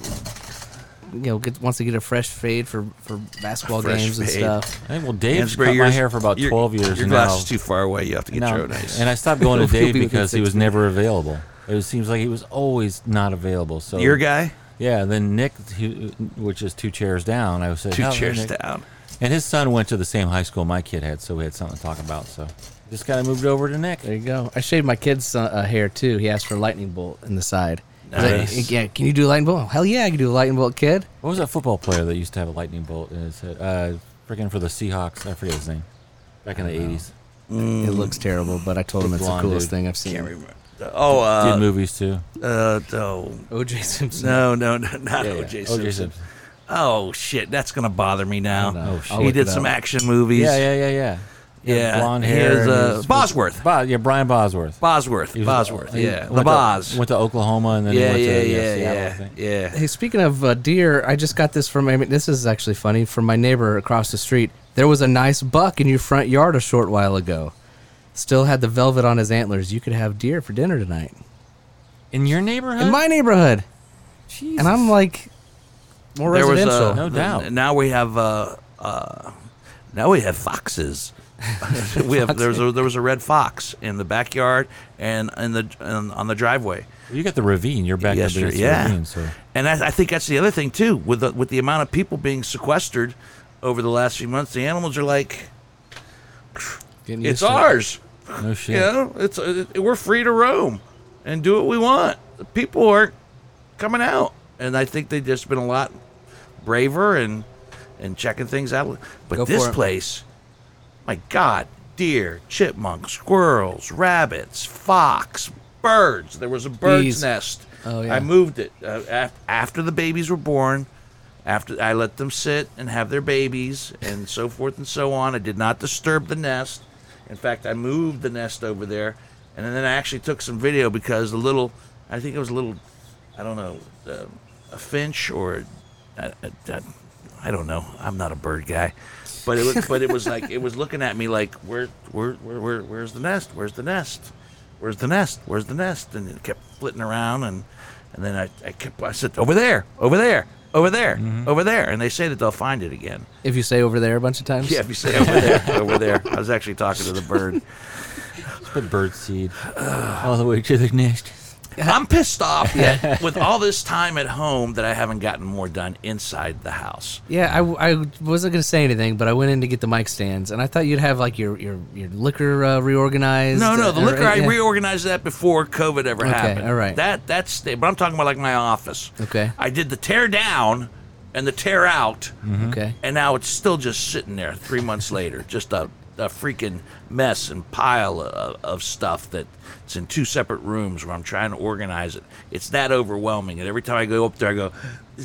[SPEAKER 2] you know, gets, wants to get a fresh fade for for basketball
[SPEAKER 1] Fresh
[SPEAKER 2] games
[SPEAKER 1] fade.
[SPEAKER 2] and stuff.
[SPEAKER 3] I think well, Dave's
[SPEAKER 1] Hansberry,
[SPEAKER 3] cut my
[SPEAKER 1] yours-
[SPEAKER 3] hair for about
[SPEAKER 1] your-
[SPEAKER 3] twelve years
[SPEAKER 1] Your
[SPEAKER 3] now.
[SPEAKER 1] glass is too far away. You have to get
[SPEAKER 3] and,
[SPEAKER 1] your
[SPEAKER 3] I'm-
[SPEAKER 1] own ice.
[SPEAKER 3] and I stopped [laughs] going to
[SPEAKER 2] He'll
[SPEAKER 3] Dave
[SPEAKER 2] be within
[SPEAKER 3] because he
[SPEAKER 2] six
[SPEAKER 3] was never available. It was- seems like he was always not available. So
[SPEAKER 1] your guy,
[SPEAKER 3] yeah. Then Nick, he, which is two chairs down, I said
[SPEAKER 1] two
[SPEAKER 3] "Oh, hey,
[SPEAKER 1] chairs
[SPEAKER 3] Nick."
[SPEAKER 1] down.
[SPEAKER 3] And his son went to the same high school my kid had, so we had something to talk about. So just kind of moved over to Nick.
[SPEAKER 2] There you go. I shaved my kid's uh, uh, hair too. He asked for a lightning bolt in the side. He's like,
[SPEAKER 1] Nice.
[SPEAKER 2] yeah, can you do a lightning bolt? Hell yeah, I can do a lightning bolt, kid.
[SPEAKER 3] What was that football player that used to have a lightning bolt in his head? Uh, freaking for the Seahawks. I forget his name. Back in the eighties.
[SPEAKER 2] It looks terrible, but I told him it's the
[SPEAKER 3] blonde
[SPEAKER 2] coolest
[SPEAKER 3] dude.
[SPEAKER 2] thing I've seen.
[SPEAKER 1] Mm. Can't remember. Oh,
[SPEAKER 3] Did
[SPEAKER 1] uh,
[SPEAKER 3] movies too.
[SPEAKER 1] uh, oh,
[SPEAKER 2] OJ Simpson.
[SPEAKER 1] no, no, no, not
[SPEAKER 3] Yeah, yeah.
[SPEAKER 1] O.J. Simpson. Oh shit, that's gonna bother me now.
[SPEAKER 2] know.
[SPEAKER 3] Oh, shit. I'll
[SPEAKER 1] He
[SPEAKER 2] look
[SPEAKER 1] did
[SPEAKER 2] it
[SPEAKER 1] some
[SPEAKER 2] up.
[SPEAKER 1] action movies.
[SPEAKER 3] Yeah, yeah, yeah, yeah. He had
[SPEAKER 1] Yeah,
[SPEAKER 3] Blonde
[SPEAKER 1] he
[SPEAKER 3] hair.
[SPEAKER 1] is,
[SPEAKER 3] and
[SPEAKER 1] uh,
[SPEAKER 3] was-
[SPEAKER 1] Bosworth.
[SPEAKER 3] Bo- yeah, Brian Bosworth.
[SPEAKER 1] Bosworth,
[SPEAKER 3] He was-
[SPEAKER 1] Bosworth,
[SPEAKER 3] he
[SPEAKER 1] yeah,
[SPEAKER 3] went
[SPEAKER 1] the
[SPEAKER 3] to-
[SPEAKER 1] Bos.
[SPEAKER 3] Went to Oklahoma and then he
[SPEAKER 1] Yeah,
[SPEAKER 3] went
[SPEAKER 1] yeah,
[SPEAKER 3] to yeah,
[SPEAKER 1] yeah,
[SPEAKER 3] Seattle, I
[SPEAKER 1] yeah,
[SPEAKER 3] think.
[SPEAKER 1] yeah.
[SPEAKER 2] Hey, speaking of uh, deer, I just got this from. I mean, this is actually funny from my neighbor across the street. There was a nice buck in your front yard a short while ago. Still had the velvet on his antlers. You could have deer for dinner tonight
[SPEAKER 3] In your neighborhood?
[SPEAKER 2] in my neighborhood.
[SPEAKER 3] Jesus.
[SPEAKER 2] And I'm like, more
[SPEAKER 1] There was a-
[SPEAKER 2] residential.
[SPEAKER 3] No doubt.
[SPEAKER 1] n- Now we have uh, uh, now we have foxes. [laughs] we
[SPEAKER 3] [laughs]
[SPEAKER 1] have there was a, there was a red fox in the backyard and in the and on the driveway.
[SPEAKER 3] you got the ravine. You're back
[SPEAKER 1] Yes,
[SPEAKER 3] up there.
[SPEAKER 1] sir.
[SPEAKER 3] It's the
[SPEAKER 1] Yeah.
[SPEAKER 3] Ravine, so.
[SPEAKER 1] And I, I think that's the other thing too, with the, with the amount of people being sequestered over the last few months, the animals are like,
[SPEAKER 2] Getting used
[SPEAKER 1] it's
[SPEAKER 2] to it.
[SPEAKER 1] ours. [laughs]
[SPEAKER 3] No shit.
[SPEAKER 1] You know, it's uh, we're free to roam and do what we want. The people are coming out, and I think they've just been a lot braver and and checking things out. But
[SPEAKER 2] Go
[SPEAKER 1] this
[SPEAKER 2] for it.
[SPEAKER 1] place, my God, deer, chipmunk, squirrels, rabbits, fox, birds. There was a bird's
[SPEAKER 2] Bees.
[SPEAKER 1] nest.
[SPEAKER 2] Oh, yeah.
[SPEAKER 1] I moved it uh, af- after the babies were born. After I let them sit and have their babies and so forth and so on. I did not disturb the nest. In fact, I moved the nest over there, and then I actually took some video because the little, I think it was a little, I don't know, uh, a finch or, I, I, I don't know. I'm not a bird guy, but it was, but it was like it was looking at me like where where where, where where's the nest? Where's the nest? Where's the nest? Where's the nest? And it kept flitting around, and and then I, I kept I said over there, over there, over there, over there, and they say that they'll find it again.
[SPEAKER 2] If you say over there a bunch of
[SPEAKER 1] [laughs]
[SPEAKER 2] times,
[SPEAKER 1] Yeah, if you say over there, [laughs] over there. I was actually talking to the [laughs] bird.
[SPEAKER 3] Just put bird seed
[SPEAKER 1] [sighs]
[SPEAKER 3] all the way to the nest.
[SPEAKER 1] I'm pissed off yet [laughs] with all this time at home that I haven't gotten more done inside the house.
[SPEAKER 2] Yeah, I, w- I wasn't gonna say anything, but I went in to get the mic stands, and I thought you'd have like your your your liquor uh, reorganized.
[SPEAKER 1] No, no, the
[SPEAKER 2] or-
[SPEAKER 1] liquor I
[SPEAKER 2] yeah.
[SPEAKER 1] reorganized that before COVID ever
[SPEAKER 2] Okay,
[SPEAKER 1] happened.
[SPEAKER 2] all right.
[SPEAKER 1] That that's the, but I'm talking about like my office.
[SPEAKER 2] Okay.
[SPEAKER 1] I did the tear down and the tear out,
[SPEAKER 2] Okay.
[SPEAKER 1] and now it's still just sitting there three months later, just a, a freaking mess and pile of, of stuff that's in two separate rooms where I'm trying to organize it. It's that overwhelming, and every time I go up there, I go,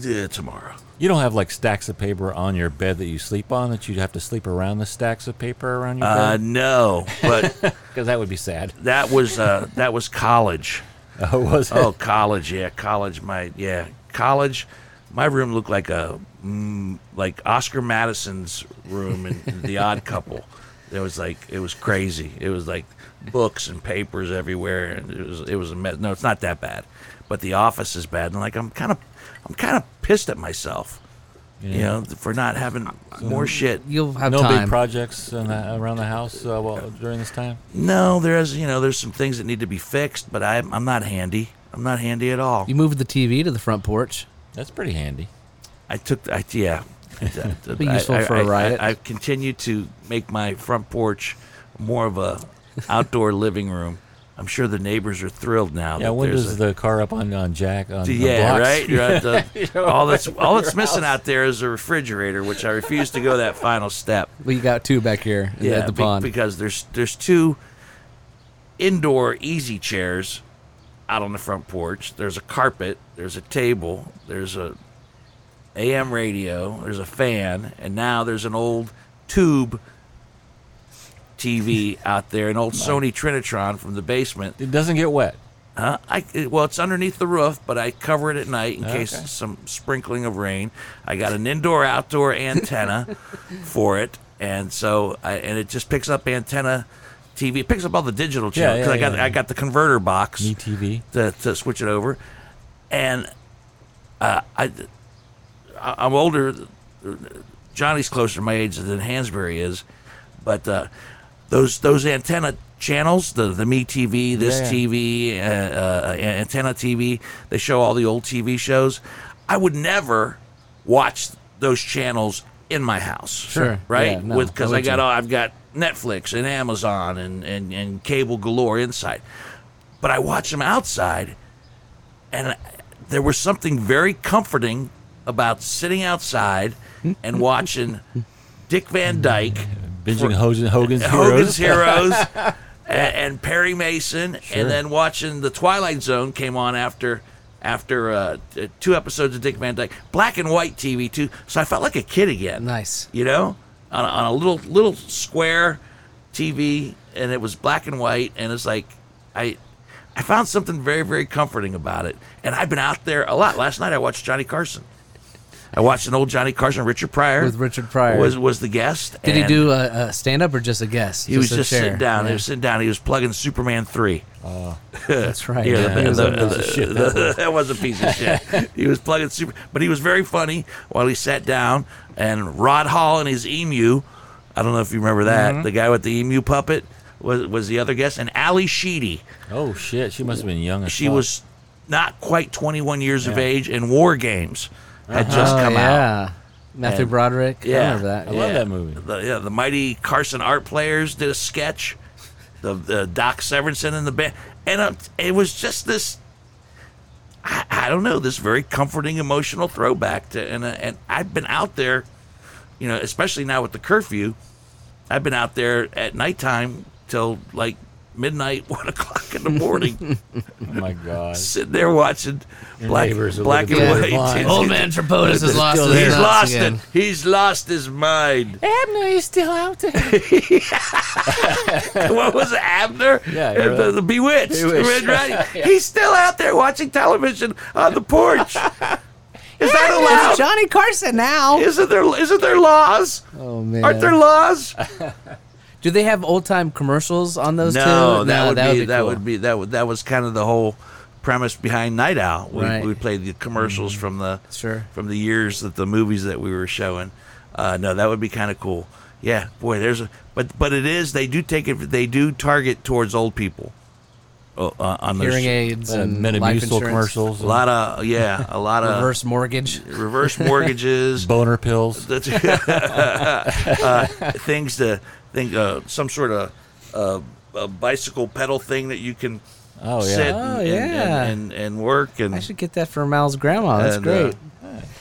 [SPEAKER 1] "Eh, tomorrow.
[SPEAKER 3] You don't have like stacks of paper on your bed that you sleep on that you'd have to sleep around the stacks of paper around your
[SPEAKER 1] Uh,
[SPEAKER 3] bed
[SPEAKER 1] no, but
[SPEAKER 3] because that would be sad. [laughs]
[SPEAKER 1] that was uh, that was college.
[SPEAKER 3] Oh, [laughs] was it?
[SPEAKER 1] Oh, college, yeah, college. My yeah, college. My room looked like a mm, like Oscar Madison's room in The Odd Couple. It was like it was crazy. It was like books and papers everywhere, and it was it was a mess. No, it's not that bad, but the office is bad, and like I'm kind of I'm kind of pissed at myself, you know, for not having more shit.
[SPEAKER 2] You'll have
[SPEAKER 3] no
[SPEAKER 2] time.
[SPEAKER 3] big projects in the, around the house uh, while, during this time.
[SPEAKER 1] No, there's you know there's some things that need to be fixed, but I'm I'm not handy. I'm not handy at all.
[SPEAKER 2] you moved the TV to the front porch.
[SPEAKER 3] That's pretty handy.
[SPEAKER 1] I took, I, yeah. Be
[SPEAKER 2] useful for a
[SPEAKER 1] a
[SPEAKER 2] riot.
[SPEAKER 1] I, I continue to make my front porch more of a outdoor living room. I'm sure the neighbors are thrilled now.
[SPEAKER 3] Yeah,
[SPEAKER 1] that
[SPEAKER 3] when
[SPEAKER 1] there's
[SPEAKER 3] does
[SPEAKER 1] a-
[SPEAKER 3] the car up on, on Jack on, on
[SPEAKER 1] yeah,
[SPEAKER 3] blocks? [laughs]
[SPEAKER 1] right. You're at the- all that's all that's missing out there is a refrigerator, which I refuse to go that final step.
[SPEAKER 2] Well, you got two back here in the- at the
[SPEAKER 1] be-
[SPEAKER 2] pond.
[SPEAKER 1] because there's there's two indoor easy chairs out on the front porch. There's a carpet. There's a table. There's a AM radio. There's a fan, and now there's an old tube
[SPEAKER 2] [laughs]
[SPEAKER 1] TV out there, an old Sony Trinitron from the basement.
[SPEAKER 3] It doesn't get wet.
[SPEAKER 1] Uh, I it- well, it's underneath the roof, but I cover it at night in case
[SPEAKER 3] Okay.
[SPEAKER 1] some sprinkling of rain. I got an indoor-outdoor antenna
[SPEAKER 3] [laughs]
[SPEAKER 1] for it, and so I, and it just picks up antenna TV. It picks up all the digital
[SPEAKER 3] Yeah,
[SPEAKER 1] channels 'cause
[SPEAKER 3] yeah,
[SPEAKER 1] I got
[SPEAKER 3] yeah.
[SPEAKER 1] I got the converter box
[SPEAKER 3] E ETV.
[SPEAKER 1] to, to switch it over, and uh, I, I I'm older. uh, Johnny's closer to my age than Hansberry is, but uh, those those antenna channels, the the Me TV, this
[SPEAKER 3] Yeah.
[SPEAKER 1] TV, uh, uh, antenna TV, they show all the old TV shows. I would never watch those channels in my house
[SPEAKER 2] Sure.
[SPEAKER 1] right?
[SPEAKER 2] Yeah, no,
[SPEAKER 1] With because
[SPEAKER 2] why
[SPEAKER 1] I
[SPEAKER 2] would
[SPEAKER 1] got
[SPEAKER 2] you?
[SPEAKER 1] all I've got Netflix and Amazon and, and and cable galore inside, but I watch them outside, and I- there was something very comforting about sitting outside and watching Dick Van Dyke,
[SPEAKER 2] [laughs]
[SPEAKER 3] Binging Hogan, Hogan's
[SPEAKER 1] Hogan's
[SPEAKER 3] Heroes.
[SPEAKER 1] Heroes. a- And Perry Mason, and then watching the Twilight Zone came on after, after uh, t- two episodes of Dick Van Dyke, black and white TV too. So I felt like a kid again
[SPEAKER 2] nice.
[SPEAKER 1] you know, on a, on a little little square TV, and it was black and white, and it's like I I found something very very comforting about it, and I've been out there a lot. Last night I watched Johnny Carson. I watched an old Johnny Carson. Richard Pryor
[SPEAKER 2] With Richard Pryor.
[SPEAKER 1] was was the guest.
[SPEAKER 2] Did he
[SPEAKER 1] and
[SPEAKER 2] do a, a stand up or just a guest?
[SPEAKER 1] He was
[SPEAKER 2] a
[SPEAKER 1] just
[SPEAKER 2] chair?
[SPEAKER 1] sitting down.
[SPEAKER 2] Yeah,
[SPEAKER 1] He was sitting down. He was plugging Superman three.
[SPEAKER 2] that's right.
[SPEAKER 1] Yeah,
[SPEAKER 2] He
[SPEAKER 1] the-
[SPEAKER 2] was
[SPEAKER 1] the-
[SPEAKER 2] on the-
[SPEAKER 1] the- the- [laughs] that was a piece of shit. [laughs] he was plugging super, but he was very funny while he sat down. And Rod Hall and his emu, I don't know if you remember that, the guy with the emu puppet was was the other guest, and Ally Sheedy.
[SPEAKER 3] Oh shit, she must have been young. As
[SPEAKER 1] She
[SPEAKER 3] fuck.
[SPEAKER 1] was not quite 21 years of age, and War Games had just
[SPEAKER 2] oh,
[SPEAKER 1] come out.
[SPEAKER 2] yeah. Matthew
[SPEAKER 1] And-
[SPEAKER 2] Broderick. I
[SPEAKER 1] Yeah,
[SPEAKER 2] remember that.
[SPEAKER 3] I love that movie.
[SPEAKER 1] The, yeah, the mighty Carson Art Players did a sketch. The, the Doc Severinsen and the band, and uh, it was just this. I, I don't know this very comforting emotional throwback to, and uh, and I've been out there, you know, especially now with the curfew, I've been out there at nighttime till like midnight, [laughs] one o'clock. o'clock in the morning,
[SPEAKER 3] Oh
[SPEAKER 1] [laughs]
[SPEAKER 3] my god.
[SPEAKER 1] sitting there watching
[SPEAKER 4] Your
[SPEAKER 1] black,
[SPEAKER 4] neighbors are
[SPEAKER 1] black and
[SPEAKER 4] looking
[SPEAKER 2] at
[SPEAKER 1] white.
[SPEAKER 4] you
[SPEAKER 1] [laughs]
[SPEAKER 4] blind.
[SPEAKER 2] Old man Tripodis has lost
[SPEAKER 4] still
[SPEAKER 2] his
[SPEAKER 4] there.
[SPEAKER 1] He's
[SPEAKER 2] nuts
[SPEAKER 1] lost
[SPEAKER 2] again.
[SPEAKER 1] it. He's lost his mind.
[SPEAKER 3] Abner is still out
[SPEAKER 1] [laughs]
[SPEAKER 3] there.
[SPEAKER 1] what was it, Abner?
[SPEAKER 3] Yeah, you're
[SPEAKER 1] the,
[SPEAKER 3] right.
[SPEAKER 1] the Bewitched.
[SPEAKER 3] Bewitched.
[SPEAKER 1] Right, right. He's still out there watching television on the porch. Is that allowed?
[SPEAKER 2] Johnny Carson now.
[SPEAKER 1] Isn't there isn't there laws?
[SPEAKER 2] Oh man.
[SPEAKER 1] Aren't there laws?
[SPEAKER 2] Do they have old time commercials on those two?
[SPEAKER 1] no, that would be, that
[SPEAKER 2] cool.
[SPEAKER 1] would be that would that was kind of the whole premise behind Night Owl. We,
[SPEAKER 2] Right. Mm-hmm.
[SPEAKER 1] we played the commercials from the
[SPEAKER 2] Sure.
[SPEAKER 1] from the years that the movies that we were showing. Uh, no, that would be kind of cool. Yeah, boy, there's a but but it is they do take it they do target towards old people. Oh, uh, on their
[SPEAKER 2] hearing
[SPEAKER 1] sh-
[SPEAKER 2] aids and life
[SPEAKER 3] Metamucil
[SPEAKER 2] insurance,
[SPEAKER 3] commercials.
[SPEAKER 1] a lot of yeah, a lot of reverse,
[SPEAKER 2] [laughs] reverse mortgage.
[SPEAKER 1] mortgages.
[SPEAKER 3] Boner pills.
[SPEAKER 1] That's- [laughs] uh, things to think uh, some sort of uh, a bicycle pedal thing that you can
[SPEAKER 3] Oh yeah.
[SPEAKER 1] sit
[SPEAKER 2] Oh,
[SPEAKER 1] and, and-
[SPEAKER 2] yeah.
[SPEAKER 1] and, and, and work and
[SPEAKER 2] I should get that for Mal's grandma. That's
[SPEAKER 1] And, uh,
[SPEAKER 2] great.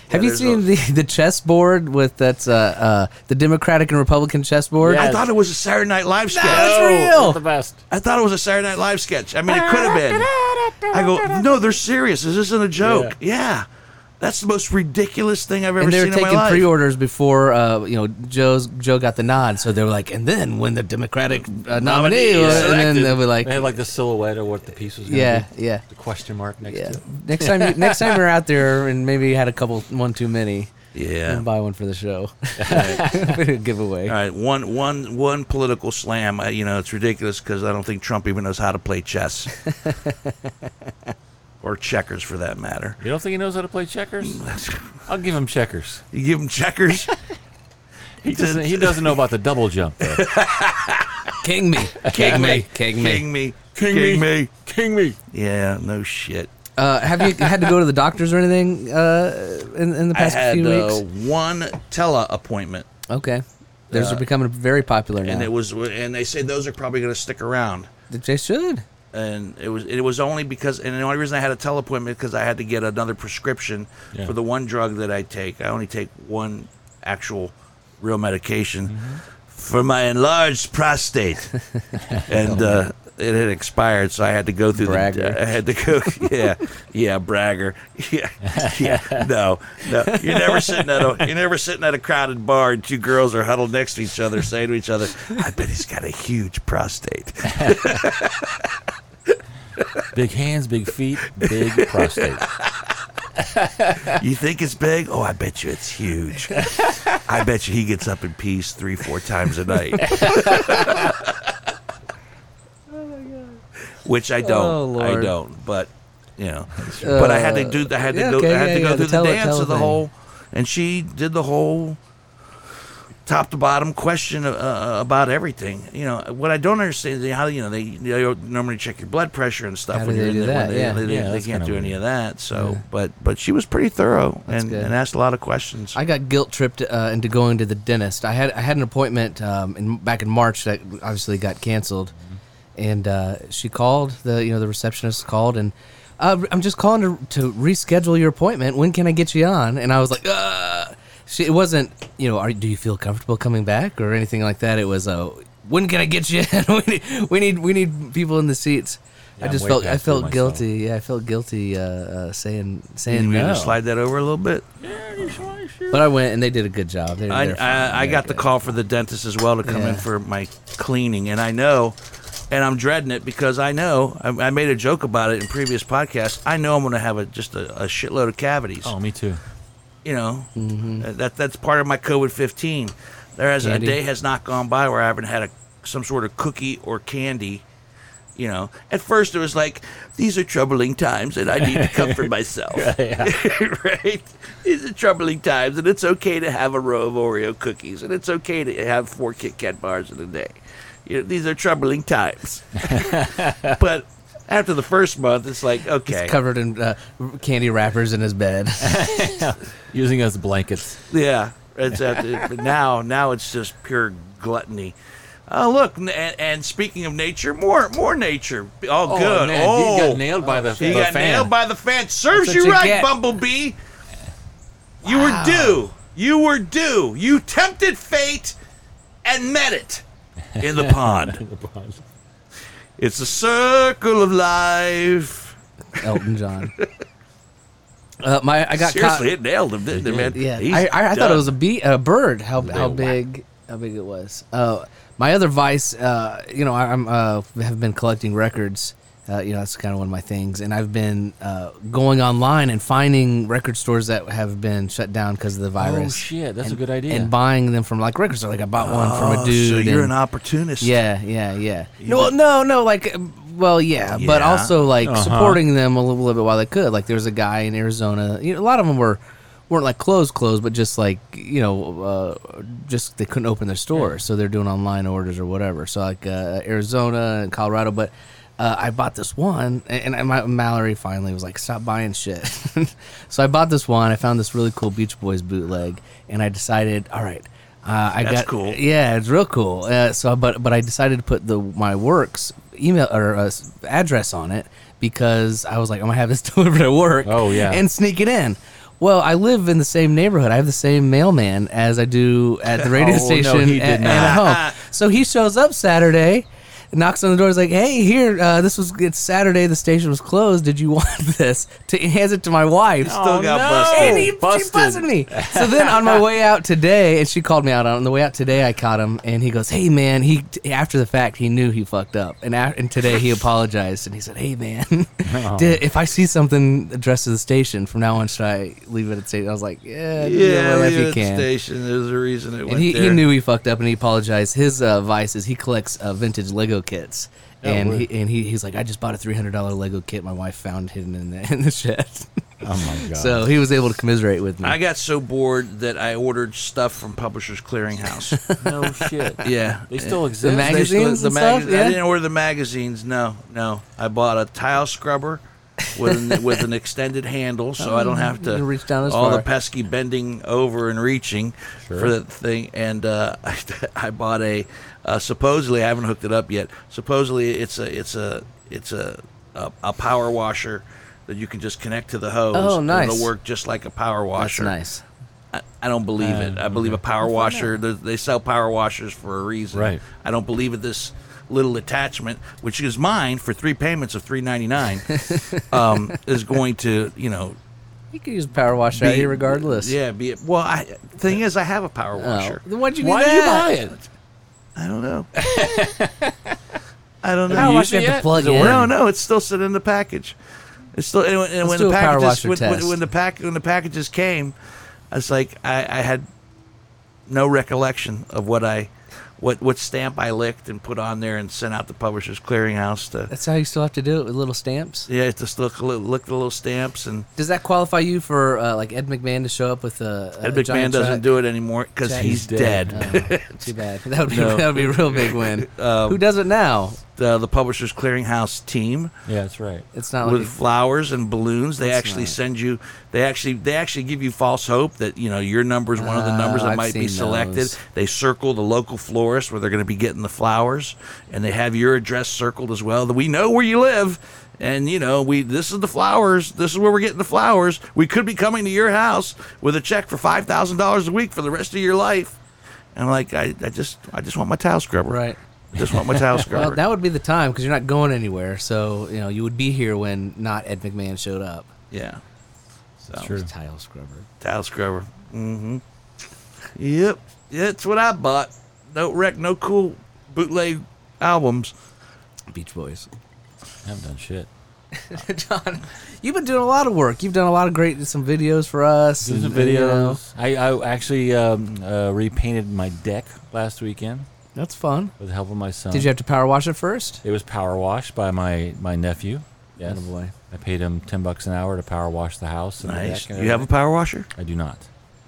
[SPEAKER 2] Have you
[SPEAKER 1] there's
[SPEAKER 2] seen
[SPEAKER 1] a-
[SPEAKER 2] the the chessboard with that's uh, uh the Democratic and Republican chessboard?
[SPEAKER 1] I
[SPEAKER 3] Yeah.
[SPEAKER 1] thought it was a Saturday Night Live sketch.
[SPEAKER 2] it's
[SPEAKER 3] Oh,
[SPEAKER 2] real.
[SPEAKER 3] that's the best.
[SPEAKER 1] I thought it was a Saturday Night Live sketch. I mean, it could have been. I go, no, they're serious. This isn't a joke. Yeah, that's the most ridiculous thing I've ever
[SPEAKER 2] and they were
[SPEAKER 1] seen in my
[SPEAKER 2] taking
[SPEAKER 1] life.
[SPEAKER 2] pre-orders before uh, you know Joe's Joe got the nod, so they were like, and then when the Democratic uh, nominee,
[SPEAKER 1] Nominee is
[SPEAKER 2] was- and then
[SPEAKER 1] selected.
[SPEAKER 2] they were like,
[SPEAKER 3] They had like the silhouette of what the piece was. Gonna
[SPEAKER 2] yeah,
[SPEAKER 3] be.
[SPEAKER 2] yeah,
[SPEAKER 3] The question mark next
[SPEAKER 2] yeah.
[SPEAKER 3] to it.
[SPEAKER 1] [laughs]
[SPEAKER 2] Next time, you, next time you're out there and maybe you had a couple one too many,
[SPEAKER 1] yeah.
[SPEAKER 2] and buy one for the
[SPEAKER 1] [laughs]
[SPEAKER 2] show. [laughs] giveaway.
[SPEAKER 1] All right, one one one political slam. Uh, you know, it's ridiculous because I don't think Trump even knows how to play [laughs] chess or checkers, for that matter. [laughs]
[SPEAKER 3] You don't think he knows how to
[SPEAKER 2] [laughs]
[SPEAKER 3] play checkers? I'll give him checkers.
[SPEAKER 1] You give him checkers.
[SPEAKER 3] He doesn't.
[SPEAKER 2] [laughs]
[SPEAKER 3] He doesn't know about the double jump. Though.
[SPEAKER 2] King [laughs] me, king me, king me.
[SPEAKER 1] [laughs] King me.
[SPEAKER 3] King me. King me.
[SPEAKER 1] Yeah, no shit.
[SPEAKER 2] Uh, have you had to go to the doctors or anything uh, in, in the
[SPEAKER 1] I
[SPEAKER 2] past
[SPEAKER 1] had
[SPEAKER 2] few
[SPEAKER 1] uh,
[SPEAKER 2] weeks?
[SPEAKER 1] one tele appointment,
[SPEAKER 2] Okay, those are becoming very popular now.
[SPEAKER 1] Uh, and it was, and they say those are probably going to stick around.
[SPEAKER 2] they should.
[SPEAKER 1] and it was it was only because and the only reason I had a teleappointment because I had to get another prescription
[SPEAKER 3] Yeah.
[SPEAKER 1] for the one drug that I take. I only take one actual real medication for my enlarged prostate, and uh, it had expired, so I had to go through.
[SPEAKER 2] Bragger.
[SPEAKER 1] The, I had to go. [laughs] Yeah, yeah, bragger. [laughs] Yeah, yeah. No, no. You're never sitting at a you're never sitting at a crowded bar and two girls are huddled next to each other, saying to each other, "I bet he's got a huge prostate."
[SPEAKER 3] Big hands, big feet, big
[SPEAKER 2] [laughs]
[SPEAKER 3] prostate.
[SPEAKER 1] You think it's big? Oh, I bet you it's huge. I bet you he gets up in peace three, four times a night. Which I
[SPEAKER 2] Oh,
[SPEAKER 1] don't. I
[SPEAKER 2] Lord.
[SPEAKER 1] don't. But you know. but I had to do. I had to
[SPEAKER 2] yeah,
[SPEAKER 1] go.
[SPEAKER 2] okay,
[SPEAKER 1] I had
[SPEAKER 2] yeah,
[SPEAKER 1] to go
[SPEAKER 2] yeah, the
[SPEAKER 1] through the,
[SPEAKER 2] tele-
[SPEAKER 1] dance
[SPEAKER 2] tele
[SPEAKER 1] of the
[SPEAKER 2] thing.
[SPEAKER 1] whole. And she did the whole top to bottom question uh, uh, about everything. You know what I don't understand is how you know they, they normally check your blood pressure and stuff.
[SPEAKER 2] How do
[SPEAKER 1] when
[SPEAKER 2] they
[SPEAKER 1] you're in
[SPEAKER 2] do
[SPEAKER 1] the- when
[SPEAKER 2] that?
[SPEAKER 1] They,
[SPEAKER 2] Yeah.
[SPEAKER 1] they, they-
[SPEAKER 3] Yeah,
[SPEAKER 1] they
[SPEAKER 3] that's
[SPEAKER 1] can't
[SPEAKER 3] kinda
[SPEAKER 1] do any
[SPEAKER 3] weird.
[SPEAKER 1] of that. So, but but she was pretty thorough and,
[SPEAKER 2] good.
[SPEAKER 1] and asked a lot of questions.
[SPEAKER 2] I got guilt tripped uh, into going to the dentist. I had I had an appointment um, in, back in March that obviously got canceled,
[SPEAKER 3] Mm-hmm.
[SPEAKER 2] and uh, she called the you know the receptionist called and uh, I'm just calling to to reschedule your appointment. When can I get you on? And I was like, Ugh. she it wasn't you know are, do you feel comfortable coming back or anything like that? It was uh, when can I get you? in? [laughs] we need we need we need people in the seats.
[SPEAKER 3] Yeah,
[SPEAKER 2] I
[SPEAKER 3] I'm
[SPEAKER 2] just
[SPEAKER 3] way
[SPEAKER 2] felt I
[SPEAKER 3] past due
[SPEAKER 2] felt
[SPEAKER 3] myself.
[SPEAKER 2] guilty. Yeah, I felt guilty uh, uh, saying saying
[SPEAKER 1] and we're
[SPEAKER 2] no.
[SPEAKER 1] gonna slide that over a little bit.
[SPEAKER 2] But I went and they did a good job. They,
[SPEAKER 1] I,
[SPEAKER 2] they're fine.
[SPEAKER 1] I, I
[SPEAKER 2] They're
[SPEAKER 1] got the
[SPEAKER 2] good.
[SPEAKER 1] call for the dentist as well to come in
[SPEAKER 2] Yeah.
[SPEAKER 1] for my cleaning, and I know, and I'm dreading it because I know I, I made a joke about it in previous podcasts. I know I'm going to have a, just a, a shitload of cavities.
[SPEAKER 3] Oh, me too.
[SPEAKER 1] You know, Uh, that that's part of my COVID 15. There has
[SPEAKER 2] Candy.
[SPEAKER 1] a day has not gone by where I haven't had a, some sort of cookie or candy. You know, at first it was like these are troubling times, and I need to comfort myself. [laughs] right? These are troubling times, and it's okay to have a row of Oreo cookies, and it's okay to have four Kit Kat bars in a day. You know, these are troubling times. [laughs] but after the first month, it's like okay,
[SPEAKER 2] covered in uh, candy wrappers in
[SPEAKER 1] [laughs]
[SPEAKER 2] his bed. [laughs]
[SPEAKER 3] Using as blankets.
[SPEAKER 1] Yeah, it's at the, but now now it's just pure gluttony. Oh look, n- and, and speaking of nature, more more nature. Oh, good.
[SPEAKER 3] man,
[SPEAKER 1] oh,
[SPEAKER 3] he got nailed by the,
[SPEAKER 1] He
[SPEAKER 3] the
[SPEAKER 1] got
[SPEAKER 3] fan.
[SPEAKER 1] nailed by the fan. Serves
[SPEAKER 2] what
[SPEAKER 1] you
[SPEAKER 2] you
[SPEAKER 1] right,
[SPEAKER 2] get.
[SPEAKER 1] Bumblebee. You were due. You were due. You
[SPEAKER 2] [laughs]
[SPEAKER 3] Oh,
[SPEAKER 1] tempted fate and met it in the pond. It's a circle of life.
[SPEAKER 2] Elton John. Uh, my I got caught.
[SPEAKER 1] Seriously, it nailed him, didn't it, man?
[SPEAKER 2] Yeah,
[SPEAKER 1] He's
[SPEAKER 2] I, I, I thought it
[SPEAKER 1] done.
[SPEAKER 2] was a bee, a bird. How how
[SPEAKER 3] whack.
[SPEAKER 2] big how big it was. Uh, my other vice, uh, you know, I, I'm uh, have been collecting records. Uh, you know, that's kind of one of my things, and I've been uh, going online and finding record stores that have been shut down because of
[SPEAKER 1] Oh,
[SPEAKER 2] the virus.
[SPEAKER 3] Oh, shit, that's a
[SPEAKER 2] and-
[SPEAKER 3] good idea. Oh,
[SPEAKER 2] And buying them from like records store. Like I bought one from
[SPEAKER 1] Oh,
[SPEAKER 2] a dude.
[SPEAKER 1] So you're
[SPEAKER 2] and-
[SPEAKER 1] an opportunist.
[SPEAKER 2] yeah, yeah, yeah. No, well, no, no. Like, um, well, yeah, but
[SPEAKER 1] Yeah.
[SPEAKER 2] also like
[SPEAKER 3] Uh-huh.
[SPEAKER 2] supporting them a little, little bit while they could. Like, there was a guy in Arizona. You know, a lot of them were weren't like closed, closed, but just like you know, uh, just they couldn't open their stores, so they're doing online orders or whatever. So like uh, Arizona and Colorado, but. Uh, I bought this one, and, and my, Mallory finally was like, "Stop buying shit." [laughs] so I bought this one. I found this really cool Beach Boys bootleg, and I decided, all right, uh, I
[SPEAKER 1] That's
[SPEAKER 2] got
[SPEAKER 1] cool.
[SPEAKER 2] yeah, it's real cool. Uh, so, but but I decided to put the my works email or uh, s- address on it because I was like, I'm gonna have this [laughs] delivered at work.
[SPEAKER 3] Oh, yeah.
[SPEAKER 2] and sneak it in. Well, I live in the same neighborhood. I have the same mailman as I do at
[SPEAKER 3] [laughs]
[SPEAKER 2] the radio
[SPEAKER 3] Oh, no,
[SPEAKER 2] station
[SPEAKER 3] he
[SPEAKER 2] a-
[SPEAKER 3] did
[SPEAKER 2] and at
[SPEAKER 1] not.
[SPEAKER 2] home. So he shows up Saturday. Knocks on the door. He's like, "Hey, here. Uh, this was it's Saturday. The station was closed. Did you [laughs] want this?" To he hands it to my wife.
[SPEAKER 3] Oh,
[SPEAKER 1] Still got
[SPEAKER 3] no.
[SPEAKER 1] busted.
[SPEAKER 2] And he, she
[SPEAKER 3] Busted.
[SPEAKER 2] busted me. So then on my way out today, and she called me out on the way out today. I caught him, and he goes, "Hey man," he after the fact he knew he fucked up, and a and today he apologized and he said,
[SPEAKER 1] [laughs]
[SPEAKER 2] "Hey man,
[SPEAKER 1] Oh.
[SPEAKER 2] did, if I see something addressed to the station from now on, should I leave it at station?" I was like, "Yeah, just
[SPEAKER 1] Yeah,
[SPEAKER 2] leave it
[SPEAKER 1] leave it at
[SPEAKER 2] if you
[SPEAKER 1] the
[SPEAKER 2] can."
[SPEAKER 1] station. There's a reason it
[SPEAKER 2] And
[SPEAKER 1] went
[SPEAKER 2] he, he
[SPEAKER 1] there.
[SPEAKER 2] knew he fucked up and he apologized. His uh, vice is he collects uh, vintage Lego kits.
[SPEAKER 1] Oh,
[SPEAKER 2] and
[SPEAKER 3] word.
[SPEAKER 2] he, and he, he's like, I just bought a $300 Lego kit my wife found hidden in the, [laughs] in the shed.
[SPEAKER 3] Oh my god.
[SPEAKER 2] so he was able to commiserate with me.
[SPEAKER 1] I got so bored that I ordered stuff from Publishers
[SPEAKER 2] [laughs]
[SPEAKER 1] Clearinghouse.
[SPEAKER 3] no shit.
[SPEAKER 1] yeah.
[SPEAKER 3] They still
[SPEAKER 2] the
[SPEAKER 3] exist.
[SPEAKER 1] They still-
[SPEAKER 2] magazines
[SPEAKER 1] the
[SPEAKER 2] and stuff,
[SPEAKER 1] magaz-
[SPEAKER 2] yeah?
[SPEAKER 1] I didn't order the magazines. No, no. I bought a tile scrubber with
[SPEAKER 2] [laughs]
[SPEAKER 1] an, with an extended handle, so I don't have
[SPEAKER 2] Oh, You
[SPEAKER 1] to
[SPEAKER 2] can reach down as
[SPEAKER 1] all
[SPEAKER 2] far.
[SPEAKER 1] the pesky bending over and reaching for that thing. And uh, [laughs] I, bought a uh, supposedly I haven't hooked it up yet. Supposedly it's a it's a it's a a, a power washer that you can just connect to the hose.
[SPEAKER 2] Oh,
[SPEAKER 1] And
[SPEAKER 2] nice.
[SPEAKER 1] it'll work just like a power
[SPEAKER 2] That's
[SPEAKER 1] washer.
[SPEAKER 2] nice.
[SPEAKER 1] I, I don't believe it.
[SPEAKER 2] Uh,
[SPEAKER 1] I believe a power washer. They, they sell power washers for a reason.
[SPEAKER 3] Right.
[SPEAKER 1] I don't believe it. This little attachment, which is mine for three payments of three ninety
[SPEAKER 2] [laughs]
[SPEAKER 1] nine, um, is going to you know
[SPEAKER 2] You could use a power washer out
[SPEAKER 1] be-
[SPEAKER 2] here regardless.
[SPEAKER 1] Yeah. Be it, well, I, thing is, I have a power
[SPEAKER 2] Oh,
[SPEAKER 1] washer.
[SPEAKER 2] then why'd you need
[SPEAKER 3] Why did you buy
[SPEAKER 2] that?
[SPEAKER 3] it?
[SPEAKER 1] I don't
[SPEAKER 2] [laughs]
[SPEAKER 1] know. I don't
[SPEAKER 2] Power
[SPEAKER 3] You
[SPEAKER 1] know.
[SPEAKER 3] use
[SPEAKER 2] washer you
[SPEAKER 3] it
[SPEAKER 2] have
[SPEAKER 3] yet?
[SPEAKER 2] to plug
[SPEAKER 3] Does it
[SPEAKER 2] in.
[SPEAKER 3] work?
[SPEAKER 1] No, no, it's still sitting in the package. It's still and when, and
[SPEAKER 2] Let's
[SPEAKER 1] when
[SPEAKER 2] do
[SPEAKER 1] the
[SPEAKER 2] a power
[SPEAKER 1] packages
[SPEAKER 2] washer
[SPEAKER 1] when, when-
[SPEAKER 2] test.
[SPEAKER 1] when the pack when the packages came, I was like I, I had no recollection of what I what what stamp I licked and put on there and sent out the publishers clearinghouse to
[SPEAKER 2] That's how you still have to do it with little stamps.
[SPEAKER 1] yeah just look look at the little stamps and
[SPEAKER 2] Does that qualify you for uh, like Ed McMahon to show up with a, a
[SPEAKER 1] Ed McMahon
[SPEAKER 2] giant
[SPEAKER 1] doesn't
[SPEAKER 2] truck?
[SPEAKER 1] do it anymore because
[SPEAKER 2] Jack-
[SPEAKER 1] he's
[SPEAKER 3] He's dead.
[SPEAKER 1] dead.
[SPEAKER 2] Oh, too bad. [laughs] That would be
[SPEAKER 1] No.
[SPEAKER 2] that would be a real big win. Who does it now?
[SPEAKER 1] [laughs] the, the publishers clearinghouse team
[SPEAKER 3] Yeah, that's right.
[SPEAKER 2] It's not
[SPEAKER 1] with
[SPEAKER 2] like
[SPEAKER 1] flowers and balloons they
[SPEAKER 3] That's
[SPEAKER 1] actually
[SPEAKER 3] nice.
[SPEAKER 1] send you they actually they actually give you false hope that you know your number is one of the numbers
[SPEAKER 2] Oh,
[SPEAKER 1] that
[SPEAKER 2] I've
[SPEAKER 1] might be
[SPEAKER 2] seen
[SPEAKER 1] selected
[SPEAKER 2] those.
[SPEAKER 1] they circle the local florist where they're going to be getting the flowers and they have your address circled as well we know where you live and you know we this is the flowers this is where we're getting the flowers we could be coming to your house with a check for $5000 a week for the rest of your life and i'm like i, I just i just want my towel scrubber
[SPEAKER 2] right.
[SPEAKER 1] I just want my towel scrubber
[SPEAKER 2] [laughs] Well, that would be the time because you're not going anywhere. So you know you would be here when not Ed McMahon showed up.
[SPEAKER 1] yeah so
[SPEAKER 3] True.
[SPEAKER 2] Tile scrubber.
[SPEAKER 1] Tile scrubber. Mm-hmm. Yep. That's what I bought. No wreck, no cool bootleg albums.
[SPEAKER 2] Beach Boys.
[SPEAKER 3] I haven't done shit.
[SPEAKER 2] John, you've been doing a lot of work. You've done a lot of great some videos for us.
[SPEAKER 3] There's some
[SPEAKER 2] and, you know,
[SPEAKER 3] videos. I, I actually um, uh, repainted my deck last weekend
[SPEAKER 2] that's fun.
[SPEAKER 3] with the help of my son.
[SPEAKER 2] Did you have to power wash it first?
[SPEAKER 3] It was power washed by my my nephew. Yes.
[SPEAKER 2] Attaboy.
[SPEAKER 3] I paid him ten bucks an hour to power wash the house. And
[SPEAKER 1] Nice.
[SPEAKER 3] The
[SPEAKER 1] You have a power washer?
[SPEAKER 3] I do not.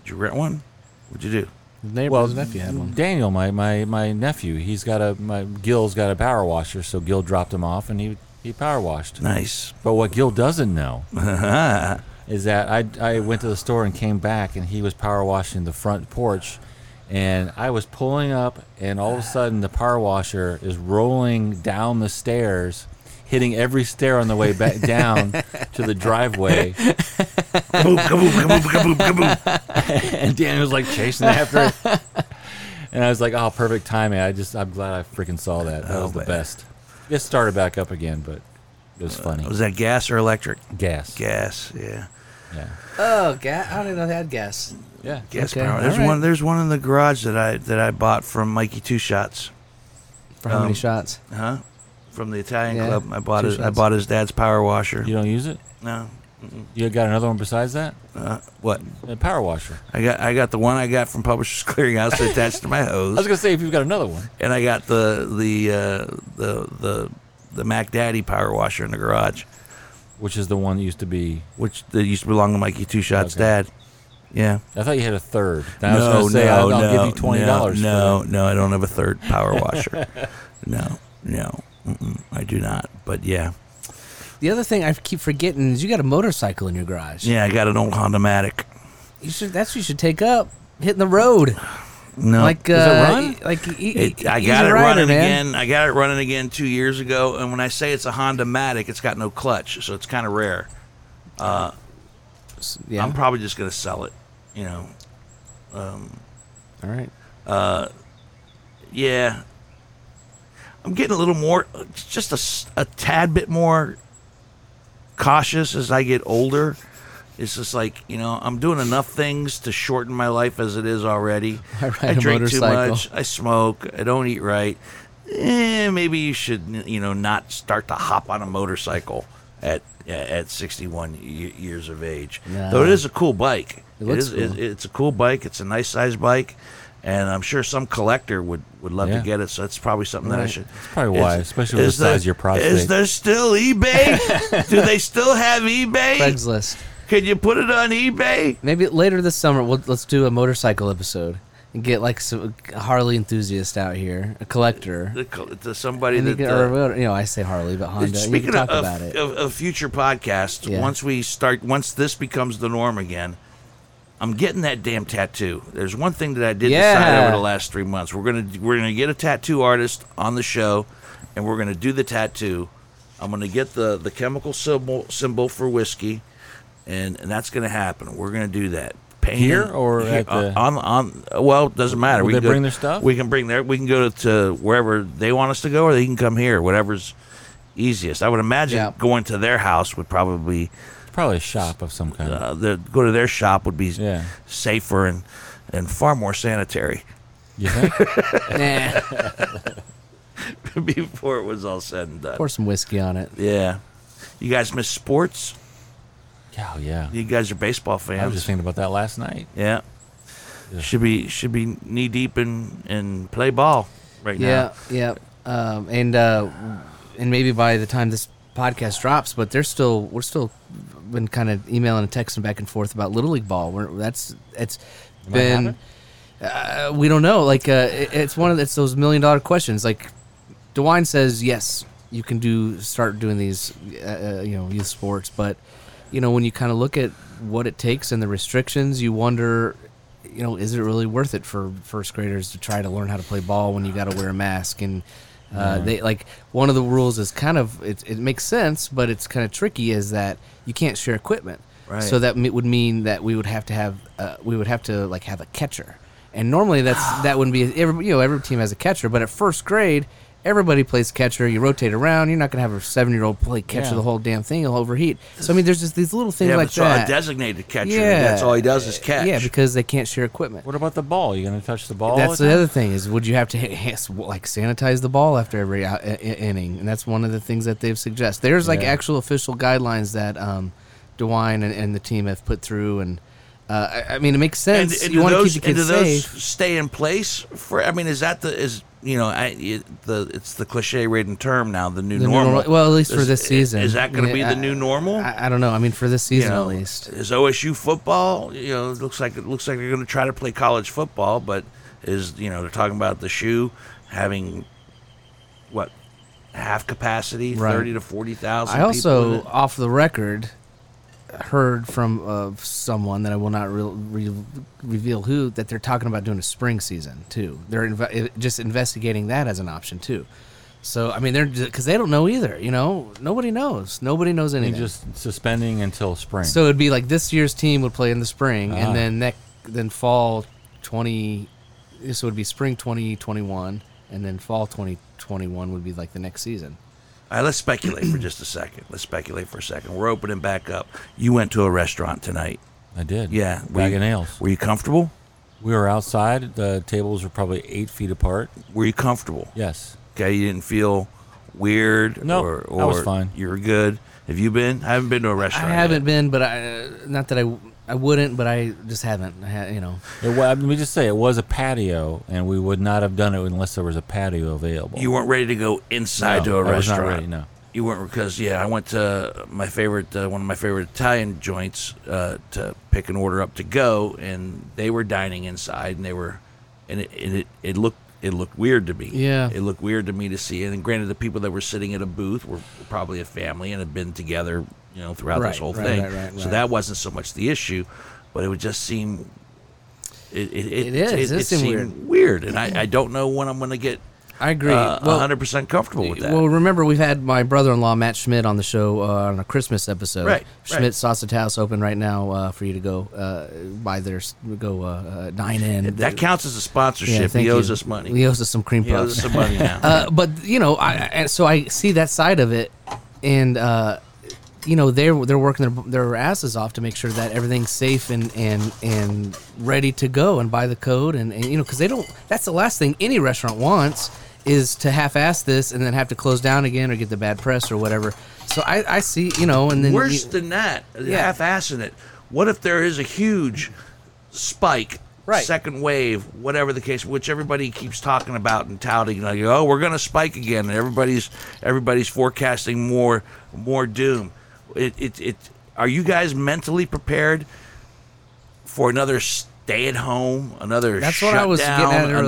[SPEAKER 1] Did you rent one? What'd you do?
[SPEAKER 2] His neighbor, his nephew had one.
[SPEAKER 3] Daniel, my, my, my nephew, he's got a my Gil's got a power washer, so Gil dropped him off and he he power washed.
[SPEAKER 1] Nice.
[SPEAKER 3] But what Gil doesn't know is that I, I went to the store and came back, and he was power washing the front porch, and I was pulling up, and all of a sudden the power washer is rolling down the stairs, hitting every stair on the
[SPEAKER 1] [laughs]
[SPEAKER 3] way back down to the
[SPEAKER 1] [laughs]
[SPEAKER 3] driveway,
[SPEAKER 1] kaboom, kaboom, kaboom, kaboom, kaboom.
[SPEAKER 3] and Danny was like chasing after it, and I was like, oh, perfect timing. I just I'm glad I freaking saw that. That
[SPEAKER 1] Oh,
[SPEAKER 3] was the
[SPEAKER 1] man. Uh,
[SPEAKER 3] best. It started back up again, but it was funny.
[SPEAKER 1] Was that gas or electric?
[SPEAKER 3] gas.
[SPEAKER 1] Gas, yeah,
[SPEAKER 3] Yeah.
[SPEAKER 2] Oh, gas! I don't even know they had gas.
[SPEAKER 3] Yeah.
[SPEAKER 1] gas
[SPEAKER 2] Okay,
[SPEAKER 1] power. There's
[SPEAKER 2] all right.
[SPEAKER 1] one. There's one in the garage that I that I bought from Mikey Two Shots.
[SPEAKER 2] For how
[SPEAKER 1] Um,
[SPEAKER 2] many shots?
[SPEAKER 1] Huh? From the Italian
[SPEAKER 2] Yeah,
[SPEAKER 1] club. I bought
[SPEAKER 2] two
[SPEAKER 1] his I
[SPEAKER 2] shots.
[SPEAKER 1] bought his dad's power washer.
[SPEAKER 3] You don't use it?
[SPEAKER 1] No.
[SPEAKER 3] You got another one besides that?
[SPEAKER 1] Uh, what?
[SPEAKER 3] A power washer.
[SPEAKER 1] I got I got the one I got from Publishers Clearinghouse attached to my
[SPEAKER 3] I
[SPEAKER 2] [laughs]
[SPEAKER 1] hose.
[SPEAKER 3] was gonna say if you've got another one.
[SPEAKER 1] and I got the the uh, the the the Mac Daddy power washer in the garage,
[SPEAKER 3] Which is the one that used to be
[SPEAKER 1] which that used to belong to Mikey Two Shots'
[SPEAKER 3] Okay.
[SPEAKER 1] dad. Yeah.
[SPEAKER 3] I thought you had a third. I was gonna say I'll, I'll give you twenty dollars
[SPEAKER 1] No, no, I don't have a third
[SPEAKER 3] [laughs]
[SPEAKER 1] power washer. no, no, mm-mm, I do not. But yeah,
[SPEAKER 2] The other thing I keep forgetting is you got a motorcycle in your garage.
[SPEAKER 1] yeah, I got an old Honda Matic.
[SPEAKER 2] You should. That's what you should take up. Hitting the road.
[SPEAKER 1] No,
[SPEAKER 2] Like
[SPEAKER 3] Does it
[SPEAKER 2] uh,
[SPEAKER 3] run?
[SPEAKER 2] Like e- e-
[SPEAKER 1] It, I
[SPEAKER 2] he's
[SPEAKER 1] got
[SPEAKER 2] a
[SPEAKER 1] it
[SPEAKER 2] rider,
[SPEAKER 1] running
[SPEAKER 2] man.
[SPEAKER 1] again. I got it running again two years ago. And when I say it's a Honda Matic, it's got no clutch, so it's kind of rare.
[SPEAKER 2] S- Yeah.
[SPEAKER 1] I'm probably just gonna sell it. You know, um, uh,
[SPEAKER 2] All right.
[SPEAKER 1] yeah. I'm getting a little more, just a s- a, tad bit more cautious as I get older. It's just like you know, I'm doing enough things to shorten my life as it is already.
[SPEAKER 2] [laughs] I ride a
[SPEAKER 1] drink too
[SPEAKER 2] motorcycle.
[SPEAKER 1] much. I smoke. I don't eat right. Eh, maybe you should, you know, not start to hop on a motorcycle at at 61 y- years of age.
[SPEAKER 2] No.
[SPEAKER 1] Though it is a cool bike.
[SPEAKER 2] It looks
[SPEAKER 1] is- it-
[SPEAKER 2] cool.
[SPEAKER 1] it's a cool bike. It's a nice sized bike, and I'm sure some collector would would love
[SPEAKER 3] Yeah.
[SPEAKER 1] to get it. So that's probably something that I
[SPEAKER 2] Right.
[SPEAKER 1] should.
[SPEAKER 3] That's probably why, especially with the size of your prostate.
[SPEAKER 1] Is there still
[SPEAKER 3] [laughs]
[SPEAKER 1] eBay? Do they still have eBay?
[SPEAKER 2] Craigslist.
[SPEAKER 1] Can you put it on eBay?
[SPEAKER 2] Maybe later this summer, we'll, let's do a motorcycle episode and get like some, a Harley enthusiast out here, a collector.
[SPEAKER 1] To, co- to somebody
[SPEAKER 2] And you,
[SPEAKER 1] that.
[SPEAKER 2] can,
[SPEAKER 1] uh,
[SPEAKER 2] or, you know, I say Harley, but Honda. you
[SPEAKER 1] Speaking
[SPEAKER 2] can talk
[SPEAKER 1] of,
[SPEAKER 2] about it.
[SPEAKER 1] of, of future podcasts,
[SPEAKER 2] Yeah.
[SPEAKER 1] once we start, once this becomes the norm again, I'm getting that damn tattoo. There's one thing that I did decide
[SPEAKER 2] Yeah.
[SPEAKER 1] over the last three months. We're gonna we're gonna get a tattoo artist on the show, and we're gonna do the tattoo. I'm gonna get the the chemical symbol symbol for whiskey, and and that's gonna happen. We're gonna do that. Paint
[SPEAKER 3] Here
[SPEAKER 1] it-
[SPEAKER 3] or at the-
[SPEAKER 1] uh, on on well it doesn't matter.
[SPEAKER 3] Will
[SPEAKER 1] we
[SPEAKER 3] they
[SPEAKER 1] can go-
[SPEAKER 3] bring their stuff?
[SPEAKER 1] We can bring their. We can go to wherever they want us to go, or they can come here. Whatever's easiest. I would imagine
[SPEAKER 2] Yeah.
[SPEAKER 1] going to their house would probably
[SPEAKER 3] It's probably a shop of some kind.
[SPEAKER 1] uh, the, go to their shop would be
[SPEAKER 3] Yeah.
[SPEAKER 1] safer and and far more sanitary [laughs]
[SPEAKER 3] You think?
[SPEAKER 2] nah,
[SPEAKER 1] before it was all said and done.
[SPEAKER 2] pour some whiskey on it.
[SPEAKER 1] Yeah, you guys miss sports.
[SPEAKER 3] yeah, oh, yeah.
[SPEAKER 1] You guys are baseball fans.
[SPEAKER 3] I was just thinking about that last night.
[SPEAKER 1] yeah.
[SPEAKER 3] Yeah.
[SPEAKER 1] should be should be knee deep in and play ball right
[SPEAKER 2] Yeah, yeah. Um, and uh, and maybe by the time this podcast drops, but they're still we're still been kind of emailing and texting back and forth about little league ball. We're, that's it's
[SPEAKER 3] Might
[SPEAKER 2] been uh, we don't know. Like uh, it, it's one of it's those million dollar questions. Like Dewine says, yes, you can do start doing these uh, uh, you know youth sports, but you know when you kind of look at what it takes and the restrictions, you wonder. You know, is it really worth it for first graders to try to learn how to play ball when you got to wear a mask? And uh, they like one of the rules is kind of it, it makes sense, but it's kind of tricky. Is that you can't share equipment,
[SPEAKER 1] Right.
[SPEAKER 2] so that me- would mean that we would have to have uh, we would have to like have a catcher. And normally that's
[SPEAKER 1] Ah.
[SPEAKER 2] that wouldn't be every you know every team has a catcher, but at first grade everybody plays catcher. You rotate around. You're not gonna have a seven year old play catcher
[SPEAKER 3] Yeah.
[SPEAKER 2] the whole damn thing. He'll overheat. So I mean, there's just these little things
[SPEAKER 1] Yeah,
[SPEAKER 2] like
[SPEAKER 1] but so
[SPEAKER 2] that.
[SPEAKER 1] a designated catcher. That's all he does is catch.
[SPEAKER 2] Yeah, because they can't share equipment.
[SPEAKER 3] What about the ball? You gonna touch the ball?
[SPEAKER 2] That's
[SPEAKER 3] with
[SPEAKER 2] the
[SPEAKER 3] that?
[SPEAKER 2] other thing is would you have to ha- ha- like sanitize the ball after every out, i- i- inning? And that's one of the things that they've suggested. There's like
[SPEAKER 3] Yeah.
[SPEAKER 2] actual official guidelines that um, DeWine and, and the team have put through, and uh, I, I mean it makes
[SPEAKER 1] and,
[SPEAKER 2] sense.
[SPEAKER 1] and
[SPEAKER 2] you
[SPEAKER 1] do
[SPEAKER 2] want to
[SPEAKER 1] those,
[SPEAKER 2] keep the kids
[SPEAKER 1] and do those
[SPEAKER 2] safe.
[SPEAKER 1] stay in place for? I mean, is that the is you know I, it, the it's the cliche ridden term now the new
[SPEAKER 2] The new
[SPEAKER 1] normal.
[SPEAKER 2] normal- well, at least for
[SPEAKER 1] Is-
[SPEAKER 2] this
[SPEAKER 1] i-
[SPEAKER 2] season.
[SPEAKER 1] Is that going to
[SPEAKER 2] Yeah,
[SPEAKER 1] be
[SPEAKER 2] I-
[SPEAKER 1] the new normal?
[SPEAKER 2] I, I don't know. I mean, for this season
[SPEAKER 1] know,
[SPEAKER 2] at least.
[SPEAKER 1] Is OSU football? You know, it looks like it looks like they're going to try to play college football, but is you know they're talking about the shoe having what half capacity,
[SPEAKER 2] Right.
[SPEAKER 1] thirty to forty thousand.
[SPEAKER 2] I also, off the record, heard from uh, someone that I will not re- re- reveal who that they're talking about doing a spring season too. They're inve- eh, just investigating that as an option too. So I mean, they're because they don't know either. You know, nobody knows. Nobody knows
[SPEAKER 3] You
[SPEAKER 2] anything.
[SPEAKER 3] just suspending until spring.
[SPEAKER 2] so it'd be like this year's team would play in the spring,
[SPEAKER 3] Ah.
[SPEAKER 2] and then next, then fall twenty. This would be spring twenty twenty one, and then fall twenty twenty one would be like the next season.
[SPEAKER 1] All right, let's speculate for just a second. Let's speculate for a second. We're opening back up. You went to a restaurant tonight.
[SPEAKER 3] I did.
[SPEAKER 1] Yeah. Were
[SPEAKER 3] Bag
[SPEAKER 1] you-
[SPEAKER 3] of nails.
[SPEAKER 1] Were you comfortable?
[SPEAKER 3] We were outside. The tables were probably eight feet apart.
[SPEAKER 1] Were you comfortable?
[SPEAKER 3] Yes.
[SPEAKER 1] Okay, you didn't feel weird.
[SPEAKER 3] Nope,
[SPEAKER 1] or, or
[SPEAKER 3] I was fine.
[SPEAKER 1] You were good. Have you been? I haven't been to a
[SPEAKER 2] I
[SPEAKER 1] restaurant.
[SPEAKER 2] haven't been, but I uh, not that I I wouldn't, but I just haven't. I ha, you know,
[SPEAKER 3] It wa- let me just say it was a patio, and we would not have done it unless there was a patio available.
[SPEAKER 1] Yet. You weren't ready to go inside
[SPEAKER 3] No,
[SPEAKER 1] to a
[SPEAKER 3] I was not
[SPEAKER 1] restaurant.
[SPEAKER 3] ready, no.
[SPEAKER 1] You weren't because yeah, I went to my favorite uh, one of my favorite Italian joints uh, to pick an order up to go, and they were dining inside, and they were, and it and it, it looked. It looked weird to me.
[SPEAKER 2] Yeah.
[SPEAKER 1] It looked weird to me to see. And granted, the people that were sitting at a booth were probably a family and had been together, you know, throughout this
[SPEAKER 2] Right,
[SPEAKER 1] whole
[SPEAKER 2] right,
[SPEAKER 1] thing.
[SPEAKER 2] right, right,
[SPEAKER 1] So
[SPEAKER 2] right.
[SPEAKER 1] that wasn't so much the issue, but it would just seem. It, it, it,
[SPEAKER 2] It is. It does seem
[SPEAKER 1] seemed
[SPEAKER 2] weird.
[SPEAKER 1] weird. And I, I don't know when I'm going to get
[SPEAKER 2] I agree.
[SPEAKER 1] uh,
[SPEAKER 2] Well,
[SPEAKER 1] 100% comfortable with that.
[SPEAKER 2] Well, remember we've had my brother-in-law Matt Schmidt on the show uh, on a Christmas episode.
[SPEAKER 1] Right,
[SPEAKER 2] Schmidt
[SPEAKER 1] right.
[SPEAKER 2] Sausage House open right now uh, for you to go uh, buy their s- go uh, uh, dine in.
[SPEAKER 1] That counts as a
[SPEAKER 2] Yeah,
[SPEAKER 1] sponsorship.
[SPEAKER 2] thank
[SPEAKER 1] he owes
[SPEAKER 2] you.
[SPEAKER 1] us money.
[SPEAKER 2] He owes us some cream
[SPEAKER 1] He owes us
[SPEAKER 2] puffs.
[SPEAKER 1] some money now.
[SPEAKER 2] uh, but you know, I, I- and so I see that side of it, and uh, you know they're they're working their their asses off to make sure that everything's safe and and and ready to go and by the code and, and you know because they don't. That's the last thing any restaurant wants is to half-ass this and then have to close down again or get the bad press or whatever. So I, I see you know and then
[SPEAKER 1] Worse
[SPEAKER 2] you-
[SPEAKER 1] than that,
[SPEAKER 2] Yeah.
[SPEAKER 1] half-assing it. What if there is a huge spike,
[SPEAKER 2] Right.
[SPEAKER 1] second wave, whatever the case, which everybody keeps talking about and touting, like, oh, we're going to spike again, and everybody's everybody's forecasting more more doom. It, it, it, are you guys mentally prepared for another stay-at-home, another
[SPEAKER 2] That's what
[SPEAKER 1] shutdown,
[SPEAKER 2] I was getting at earlier.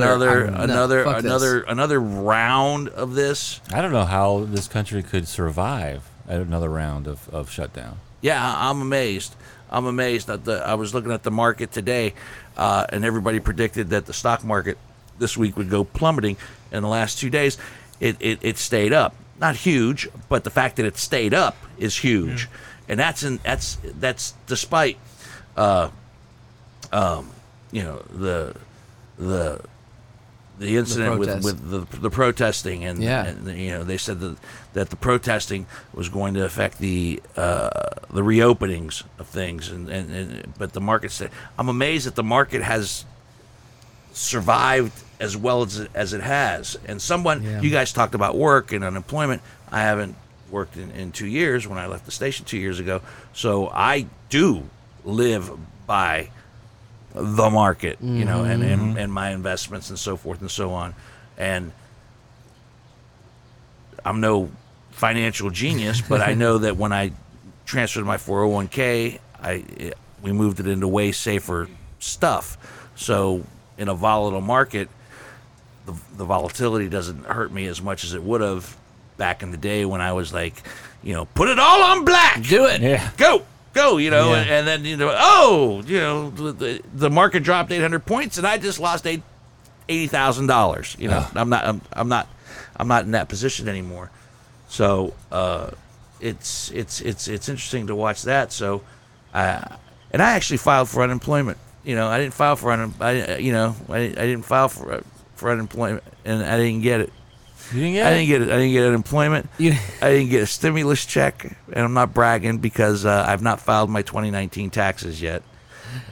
[SPEAKER 1] another
[SPEAKER 2] I'm- no,
[SPEAKER 1] another
[SPEAKER 2] fuck this.
[SPEAKER 1] another another round of this?
[SPEAKER 3] I don't know how this country could survive another round of, of shutdown.
[SPEAKER 1] Yeah, I- I'm amazed. I'm amazed that the. I was looking at the market today, uh, and everybody predicted that the stock market this week would go plummeting. In the last two days, it it, it stayed up. Not huge, but the fact that it stayed up is huge, and that's in that's that's despite, uh, um, you know the the. The incident with,
[SPEAKER 2] protests.
[SPEAKER 1] with the, the protesting and,
[SPEAKER 2] Yeah.
[SPEAKER 1] and the- you know they said that that the protesting was going to affect the uh, the reopenings of things and, and, and but the market said I'm amazed that the market has survived as well as it, as it has and someone
[SPEAKER 2] Yeah.
[SPEAKER 1] you guys talked about work and unemployment I haven't worked in, in two years when I left the station two years ago so I do live by the market you know and,
[SPEAKER 2] Mm-hmm.
[SPEAKER 1] and and my investments and so forth and so on and I'm no financial genius, but I know that when I transferred my 401k, I it, we moved it into way safer stuff. So in a volatile market, the, the volatility doesn't hurt me as much as it would have back in the day when I was like, you know, put it all on black,
[SPEAKER 2] do it.
[SPEAKER 3] Yeah.
[SPEAKER 1] go. Go, you know,
[SPEAKER 3] Yeah.
[SPEAKER 1] and, and then you know, oh, you know, the- the, the market dropped 800 points, and I just lost eight eighty thousand dollars. You know,
[SPEAKER 3] Ugh.
[SPEAKER 1] I'm not, I'm, I'm not, I'm not in that position anymore. So uh, it's it's it's it's interesting to watch that. So, I and I actually filed for unemployment. You know, I didn't file for un, I you know I, I didn't file for for unemployment, and I didn't get it.
[SPEAKER 3] You didn't get
[SPEAKER 1] I
[SPEAKER 3] it?
[SPEAKER 1] didn't get it. I didn't get unemployment.
[SPEAKER 2] You- [laughs]
[SPEAKER 1] I didn't get a stimulus check, and I'm not bragging because uh, I've not filed my 2019 taxes yet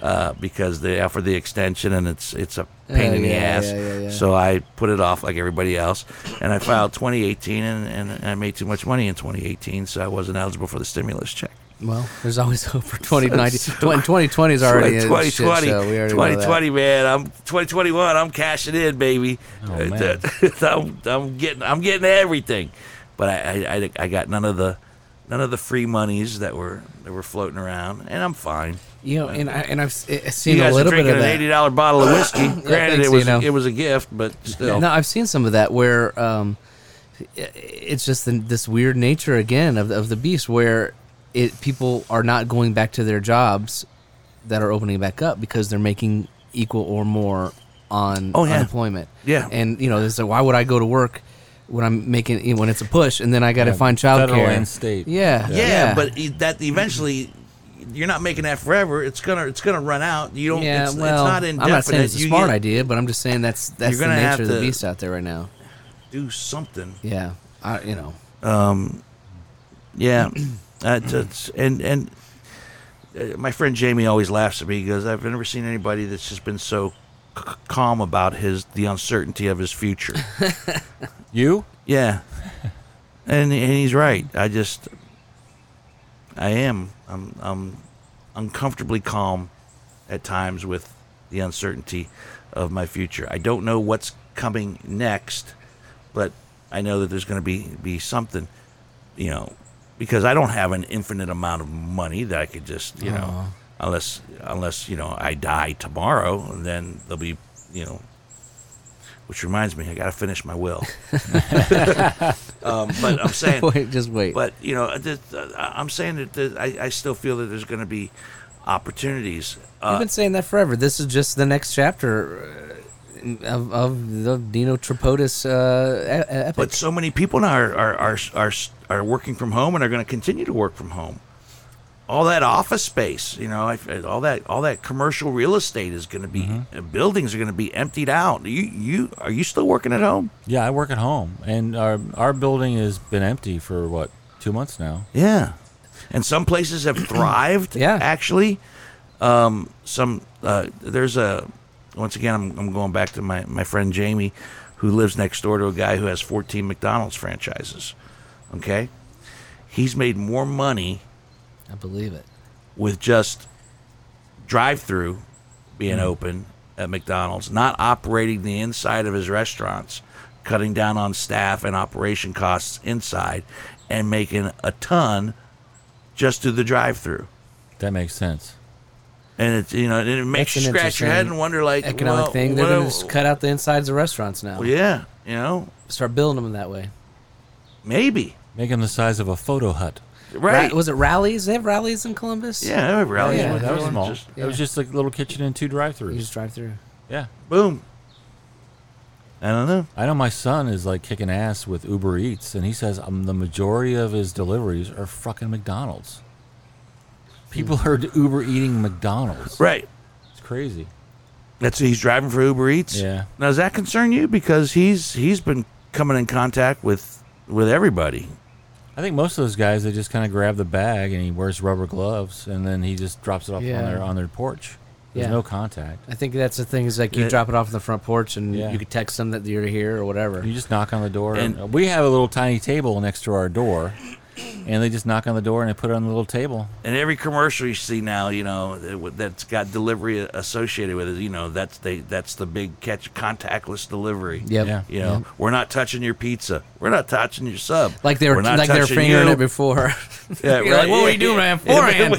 [SPEAKER 1] uh, because they offer the extension and it's it's a pain
[SPEAKER 2] Oh,
[SPEAKER 1] in the
[SPEAKER 2] yeah,
[SPEAKER 1] ass.
[SPEAKER 2] yeah, yeah, yeah.
[SPEAKER 1] So I put it off like everybody else, and I filed 2018, and, and I made too much money in 2018, so I wasn't eligible for the stimulus check.
[SPEAKER 2] Well, there's always [laughs] hope for 2090. 2020 is already in shit,
[SPEAKER 1] 2020,
[SPEAKER 2] so we already know that.
[SPEAKER 1] 2020, man. I'm 2021. I'm cashing in, baby. [laughs]
[SPEAKER 3] Oh,
[SPEAKER 1] Uh,
[SPEAKER 3] man.
[SPEAKER 1] I'm, I'm getting I'm getting everything, but I, I I- I got none of the none of the free monies that were that were floating around, and I'm fine.
[SPEAKER 2] You know, and I and I've s- I-
[SPEAKER 1] You
[SPEAKER 2] seen a
[SPEAKER 1] guys are
[SPEAKER 2] little bit
[SPEAKER 1] drinking
[SPEAKER 2] of
[SPEAKER 1] an
[SPEAKER 2] that.
[SPEAKER 1] eighty dollar bottle of
[SPEAKER 2] [coughs]
[SPEAKER 1] whiskey. Granted,
[SPEAKER 2] thanks,
[SPEAKER 1] it was
[SPEAKER 2] Dino.
[SPEAKER 1] it was a gift, but still.
[SPEAKER 2] No, I've seen some of that where um, i- it's just the, this weird nature again of, of the beast where it people are not going back to their jobs that are opening back up because they're making equal or more on
[SPEAKER 1] Oh, yeah.
[SPEAKER 2] unemployment.
[SPEAKER 1] Yeah.
[SPEAKER 2] and you know, so why would I go to work when I'm making you know, when it's a push and then I got to
[SPEAKER 3] Yeah,
[SPEAKER 2] find
[SPEAKER 3] federal
[SPEAKER 2] childcare
[SPEAKER 3] and state.
[SPEAKER 2] Yeah,
[SPEAKER 1] yeah, but e- that eventually you're not making that forever. It's gonna it's gonna run out. You don't.
[SPEAKER 2] Yeah,
[SPEAKER 1] it's, it's
[SPEAKER 2] well,
[SPEAKER 1] not indefinite.
[SPEAKER 2] I'm not saying it's a
[SPEAKER 1] You
[SPEAKER 2] smart
[SPEAKER 1] get-
[SPEAKER 2] idea, but I'm just saying that's that's the
[SPEAKER 1] gonna have
[SPEAKER 2] nature of the
[SPEAKER 1] to-
[SPEAKER 2] beast out there right now.
[SPEAKER 1] Do something.
[SPEAKER 2] Yeah, I, you know,
[SPEAKER 1] Yeah, that's, that's and and uh, my friend Jamie always laughs at me because I've never seen anybody that's just been so c- c- calm about his the uncertainty of his future.
[SPEAKER 3] You?
[SPEAKER 1] yeah, and and he's right. I just I am I'm I'm uncomfortably calm at times with the uncertainty of my future. I don't know what's coming next, but I know that there's going to be be something, you know, because I don't have an infinite amount of money that I could just, you know, unless unless, you know, I die tomorrow and then there'll be, you know, which reminds me, I got to finish my will. [laughs] um, but I'm saying
[SPEAKER 2] [laughs] wait, just wait.
[SPEAKER 1] but you know, uh, th- uh, I'm saying that th- I, I still feel that there's going to be opportunities.
[SPEAKER 2] I've
[SPEAKER 1] Uh,
[SPEAKER 2] been saying that forever. This is just the next chapter uh, of, of the Dino Tripodis uh, e- epic.
[SPEAKER 1] but so many people now are are are are, are working from home and are going to continue to work from home. All that office space, you know, I f- all that all that commercial real estate is going to be uh, buildings are going to be emptied out. You you are you still working at home?
[SPEAKER 3] Yeah, I work at home, and our our building has been empty for what two months now.
[SPEAKER 1] Yeah, and some places have thrived.
[SPEAKER 2] Yeah.
[SPEAKER 1] actually, um, some uh, there's a once again I'm, I'm going back to my my friend Jamie, who lives next door to a guy who has 14 McDonald's franchises. Okay, he's made more money
[SPEAKER 2] I believe it.
[SPEAKER 1] with just drive-through being
[SPEAKER 2] Mm-hmm.
[SPEAKER 1] open at McDonald's, not operating the inside of his restaurants, cutting down on staff and operation costs inside, and making a ton just through the drive-through.
[SPEAKER 3] That makes sense.
[SPEAKER 1] And it's you know, and it makes
[SPEAKER 2] That's
[SPEAKER 1] you
[SPEAKER 2] an
[SPEAKER 1] scratch your head
[SPEAKER 2] interesting
[SPEAKER 1] and wonder like
[SPEAKER 2] Economic
[SPEAKER 1] well,
[SPEAKER 2] thing. They're
[SPEAKER 1] what
[SPEAKER 2] going
[SPEAKER 1] do-
[SPEAKER 2] to just cut out the insides of restaurants now.
[SPEAKER 1] Yeah, you know,
[SPEAKER 2] Start building them that way.
[SPEAKER 1] maybe
[SPEAKER 3] Make them the size of a photo hut.
[SPEAKER 1] right.
[SPEAKER 2] Ra- was it rallies? They have rallies in Columbus?
[SPEAKER 1] Oh, yeah, I remember rallies
[SPEAKER 2] Yeah,
[SPEAKER 1] when
[SPEAKER 3] that was
[SPEAKER 1] everyone
[SPEAKER 3] small.
[SPEAKER 1] Just,
[SPEAKER 3] It was
[SPEAKER 2] yeah.
[SPEAKER 3] just like a little kitchen and two drive-throughs.
[SPEAKER 2] You just drive through.
[SPEAKER 3] yeah,
[SPEAKER 1] boom. I don't know.
[SPEAKER 3] I know my son is like kicking ass with Uber Eats, and he says um, the majority of his deliveries are fucking McDonald's. People are Uber eating McDonald's.
[SPEAKER 1] Right.
[SPEAKER 3] It's crazy.
[SPEAKER 1] That's he's driving for Uber Eats.
[SPEAKER 3] Yeah.
[SPEAKER 1] Now does that concern you? Because he's he's been coming in contact with with everybody.
[SPEAKER 3] I think most of those guys they just kind of grab the bag and he wears rubber gloves and then he just drops it off
[SPEAKER 2] Yeah.
[SPEAKER 3] on their on their porch. There's
[SPEAKER 2] Yeah.
[SPEAKER 3] no contact.
[SPEAKER 2] I think that's the thing is like you
[SPEAKER 1] Yeah.
[SPEAKER 2] drop it off on the front porch and
[SPEAKER 3] Yeah.
[SPEAKER 2] you could text them that you're here or whatever.
[SPEAKER 3] You just knock on the door.
[SPEAKER 1] And-
[SPEAKER 3] we have a little tiny table next to our door, and they just knock on the door and they put it on the little table. [laughs]
[SPEAKER 1] And every commercial you see now, you know, that- that's got delivery associated with it. You know, that's they that's the big catch contactless delivery.
[SPEAKER 2] Yep.
[SPEAKER 3] Yeah.
[SPEAKER 1] You know, we're not touching your pizza. We're not touching your sub.
[SPEAKER 2] Like they were,
[SPEAKER 1] We're not
[SPEAKER 2] like they were
[SPEAKER 1] touching
[SPEAKER 2] fingering
[SPEAKER 1] you. [laughs]
[SPEAKER 2] it before.
[SPEAKER 1] Yeah,
[SPEAKER 2] You're like, what were you
[SPEAKER 1] [laughs]
[SPEAKER 2] doing, man? Forehand.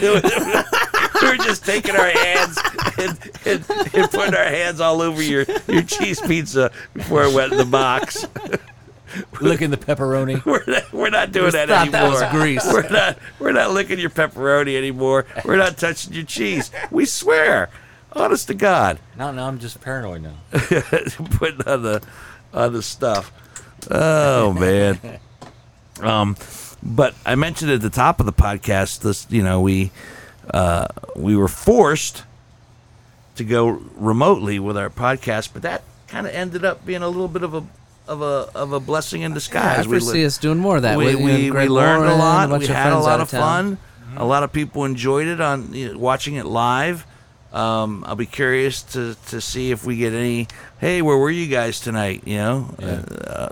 [SPEAKER 1] we were just taking our hands and, and, and putting our hands all over your, your cheese pizza before it went in the box. [laughs]
[SPEAKER 3] Licking the pepperoni.
[SPEAKER 1] We're not, we're not doing that
[SPEAKER 2] thought
[SPEAKER 1] anymore.
[SPEAKER 2] that was grease.
[SPEAKER 1] We're not we're not licking your pepperoni anymore. We're not touching your cheese. We swear, honest to God,
[SPEAKER 3] Now, now I'm just paranoid now.
[SPEAKER 1] [laughs] putting on the on the stuff. Oh
[SPEAKER 2] [laughs]
[SPEAKER 1] man. Um, but I mentioned at the top of the podcast this you know we uh, we were forced to go remotely with our podcast, but that kind of ended up being a little bit of a of a of a blessing in
[SPEAKER 2] I
[SPEAKER 1] disguise. We
[SPEAKER 2] foresee
[SPEAKER 1] li-
[SPEAKER 2] us doing more of that.
[SPEAKER 1] we,
[SPEAKER 2] with- with
[SPEAKER 1] we, we
[SPEAKER 2] Greg
[SPEAKER 1] learned
[SPEAKER 2] Lauren,
[SPEAKER 1] a lot.
[SPEAKER 2] bunch
[SPEAKER 1] we had a
[SPEAKER 2] friends
[SPEAKER 1] lot
[SPEAKER 2] out
[SPEAKER 1] of
[SPEAKER 2] town. Mm-hmm.
[SPEAKER 1] fun. A lot of people enjoyed it on you know, watching it live. Um, I'll be curious to, to see if we get any. Hey, where were you guys tonight? You know,
[SPEAKER 3] Yeah.
[SPEAKER 1] uh, uh,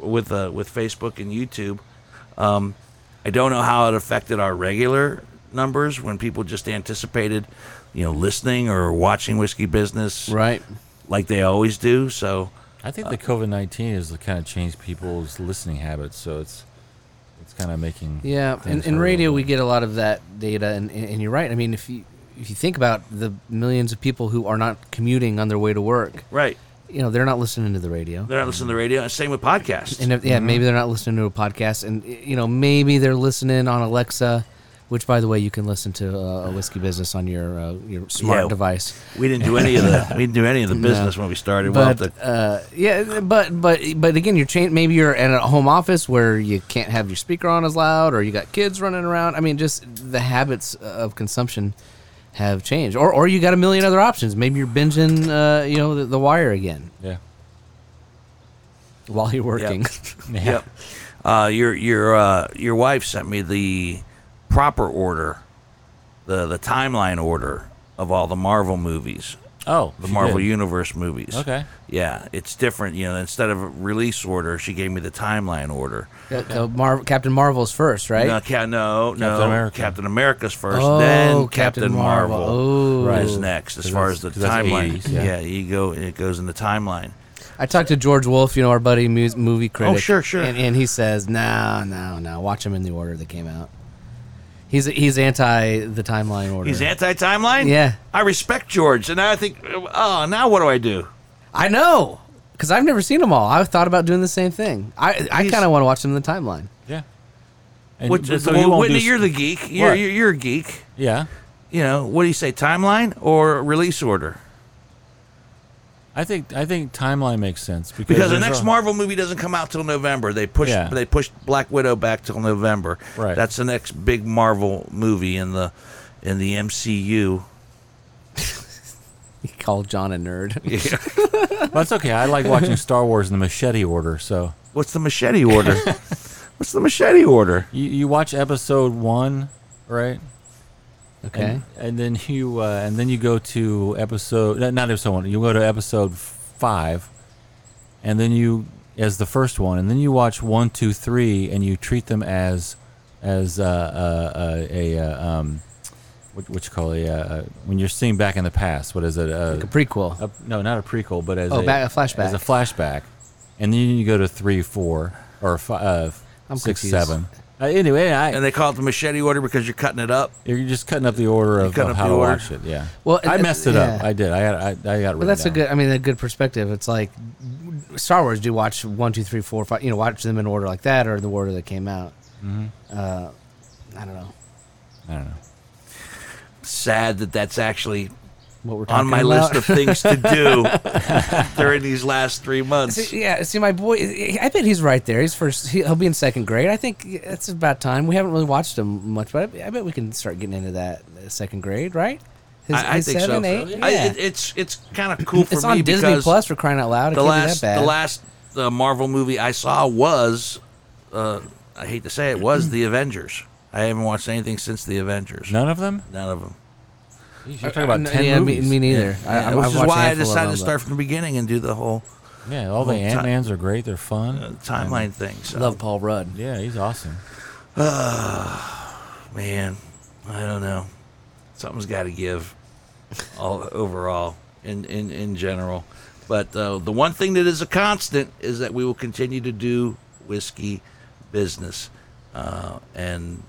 [SPEAKER 1] with uh, with Facebook and YouTube. Um, I don't know how it affected our regular numbers when people just anticipated, you know, listening or watching Whiskey Business
[SPEAKER 2] Right.
[SPEAKER 1] like they always do. So
[SPEAKER 3] I think the COVID nineteen has kind of changed people's listening habits, so it's it's kind of making
[SPEAKER 2] Yeah,
[SPEAKER 3] things
[SPEAKER 2] in, in
[SPEAKER 3] harder.
[SPEAKER 2] radio we get a lot of that data, and, and and you're right. I mean, if you if you think about the millions of people who are not commuting on their way to work,
[SPEAKER 1] right,
[SPEAKER 2] you know they're not listening to the
[SPEAKER 1] they're
[SPEAKER 2] radio,
[SPEAKER 1] Mm-hmm. not listening to the radio. Same with podcasts.
[SPEAKER 2] and if, yeah, maybe they're not listening to a podcast, and y- you know maybe they're listening on Alexa, which by the way you can listen to uh, a whiskey business on your uh, your smart
[SPEAKER 1] Yeah.
[SPEAKER 2] device.
[SPEAKER 1] We didn't do any of
[SPEAKER 3] [laughs]
[SPEAKER 1] the we didn't do any of the business when we started. We'll have
[SPEAKER 2] But
[SPEAKER 1] to-
[SPEAKER 2] uh, yeah, but but but again, you're chain. Maybe you're in a home office where you can't have your speaker on as loud, or you got kids running around. I mean, just the habits of consumption have changed, or or you got a million other options. Maybe you're binging, uh, you know, the, the Wire again
[SPEAKER 3] Yeah.
[SPEAKER 2] while you're working.
[SPEAKER 3] [laughs]
[SPEAKER 1] [laughs]
[SPEAKER 3] Yeah.
[SPEAKER 1] yep. Uh, your your uh, your wife sent me the proper order, the the timeline order of all the Marvel movies,
[SPEAKER 3] Oh,
[SPEAKER 1] the
[SPEAKER 3] she
[SPEAKER 1] Marvel
[SPEAKER 3] did.
[SPEAKER 1] Universe movies.
[SPEAKER 3] Okay.
[SPEAKER 1] Yeah, it's different. You know, instead of release order, she gave me the timeline order.
[SPEAKER 2] Uh, uh, Mar- Captain Marvel's first, right?
[SPEAKER 1] No, ca- no, no.
[SPEAKER 3] Captain America.
[SPEAKER 1] Captain America's first,
[SPEAKER 2] Oh,
[SPEAKER 1] then Captain,
[SPEAKER 2] Captain
[SPEAKER 1] Marvel,
[SPEAKER 2] Marvel. Oh. Right.
[SPEAKER 1] is next as
[SPEAKER 3] 'Cause
[SPEAKER 1] far
[SPEAKER 3] that's-
[SPEAKER 1] as the
[SPEAKER 3] 'cause that's
[SPEAKER 1] timeline.
[SPEAKER 3] 80s,
[SPEAKER 1] yeah.
[SPEAKER 3] yeah.
[SPEAKER 1] you go. It goes in the timeline.
[SPEAKER 2] I talked to George Wolf, you know, our buddy mu- movie critic.
[SPEAKER 1] Oh, sure, sure.
[SPEAKER 2] And, and he says, no, no, no. Watch them in the order that came out. He's he's anti the timeline order.
[SPEAKER 1] He's anti-timeline.
[SPEAKER 2] Yeah.
[SPEAKER 1] I respect George, and now I think, oh, now what do I do?
[SPEAKER 2] I know, because I've never seen them all. I thought about doing the same thing. I I
[SPEAKER 1] He's-
[SPEAKER 2] kind of want to watch them in the timeline.
[SPEAKER 3] Yeah. And,
[SPEAKER 1] Which,
[SPEAKER 3] but
[SPEAKER 1] well,
[SPEAKER 3] you won't
[SPEAKER 1] Whitney,
[SPEAKER 3] do-
[SPEAKER 1] you're the geek. You're,
[SPEAKER 3] What?
[SPEAKER 1] you're you're a geek.
[SPEAKER 3] Yeah.
[SPEAKER 1] You know what do you say? Timeline or release order?
[SPEAKER 3] I think I think timeline makes sense because,
[SPEAKER 1] Because the
[SPEAKER 3] there's
[SPEAKER 1] next
[SPEAKER 3] a-
[SPEAKER 1] Marvel movie doesn't come out till November. They pushed
[SPEAKER 3] Yeah.
[SPEAKER 1] they pushed Black Widow back till November.
[SPEAKER 3] Right.
[SPEAKER 1] That's the next big Marvel movie in the in the MCU.
[SPEAKER 2] He called John a
[SPEAKER 1] [laughs]
[SPEAKER 2] nerd.
[SPEAKER 3] That's okay. I like watching Star Wars in the machete order. So
[SPEAKER 1] What's the machete
[SPEAKER 3] [laughs]
[SPEAKER 1] order? What's the machete order?
[SPEAKER 3] you, you watch episode one, right?
[SPEAKER 2] Okay.
[SPEAKER 3] And, and then you uh, and then you go to episode no, not episode one. You go to episode five, and then you as the first one, and then you watch one, two, three, and you treat them as as uh, uh, uh, a uh, um, what, what you call a uh, uh, when you're seeing back in the past. What is it? Uh,
[SPEAKER 2] like a prequel.
[SPEAKER 3] a, no, not a prequel, but as
[SPEAKER 2] Oh,
[SPEAKER 3] a,
[SPEAKER 2] back- a flashback.
[SPEAKER 3] As a flashback, and then you go to three, four, or fi- uh,
[SPEAKER 2] I'm
[SPEAKER 3] six,
[SPEAKER 2] confused.
[SPEAKER 3] seven. Uh, anyway, I,
[SPEAKER 1] And they call it the machete order because you're cutting it up.
[SPEAKER 3] you're just cutting up the order of,
[SPEAKER 1] cut
[SPEAKER 3] of
[SPEAKER 1] up
[SPEAKER 3] how
[SPEAKER 1] the
[SPEAKER 3] to
[SPEAKER 1] order.
[SPEAKER 3] watch it. Yeah.
[SPEAKER 2] Well,
[SPEAKER 3] I
[SPEAKER 2] and-
[SPEAKER 3] messed it up.
[SPEAKER 2] yeah.
[SPEAKER 3] I did. I got. I, I got.
[SPEAKER 2] But that's a good. I mean, a good perspective. It's like Star Wars. Do watch one, two, three, four, five. You know, watch them in order like that, or the order that came out.
[SPEAKER 1] Mm-hmm.
[SPEAKER 2] Uh, I don't know
[SPEAKER 3] I don't know.
[SPEAKER 1] Sad that that's actually
[SPEAKER 2] what we're talking
[SPEAKER 1] on my list
[SPEAKER 2] about.
[SPEAKER 1] of things to do
[SPEAKER 2] [laughs]
[SPEAKER 1] [laughs] during these last three months.
[SPEAKER 2] See, yeah, see, my boy. I bet he's right there. He's first. he- He'll be in second grade. I think it's about time. We haven't really watched him much, but I, I bet we can start getting into that uh, second grade, right? His,
[SPEAKER 1] I, I
[SPEAKER 2] his
[SPEAKER 1] think
[SPEAKER 2] seven,
[SPEAKER 1] so.
[SPEAKER 2] eight.
[SPEAKER 1] I,
[SPEAKER 2] yeah.
[SPEAKER 1] it, it's it's kind of cool for
[SPEAKER 2] it's
[SPEAKER 1] me
[SPEAKER 2] on Disney
[SPEAKER 1] because
[SPEAKER 2] Plus for crying out loud. It
[SPEAKER 1] the
[SPEAKER 2] can't
[SPEAKER 1] last
[SPEAKER 2] be that bad.
[SPEAKER 1] the last uh, Marvel movie I saw was uh, I hate to say it
[SPEAKER 2] [clears throat]
[SPEAKER 1] was the Avengers. I haven't watched anything since the Avengers.
[SPEAKER 3] None of them.
[SPEAKER 1] None of them.
[SPEAKER 3] Jeez, You're talking about
[SPEAKER 2] No,
[SPEAKER 3] ten
[SPEAKER 2] yeah, me-
[SPEAKER 3] movies.
[SPEAKER 2] Me, neither. I, I,
[SPEAKER 1] Which
[SPEAKER 2] I've
[SPEAKER 1] is
[SPEAKER 2] watched a
[SPEAKER 1] why I
[SPEAKER 2] handful of
[SPEAKER 1] decided
[SPEAKER 2] them,
[SPEAKER 1] to start from the beginning and do the whole
[SPEAKER 3] yeah, all the
[SPEAKER 1] Well, ti-
[SPEAKER 3] Ant Mans are great. They're fun.
[SPEAKER 1] uh, timeline thing. So,
[SPEAKER 2] but- Love Paul Rudd.
[SPEAKER 3] Yeah, he's awesome.
[SPEAKER 1] man, I don't know. Something's got to give. All overall, in in in general, but uh, the one thing that is a constant is that we will continue to do whiskey business, uh, and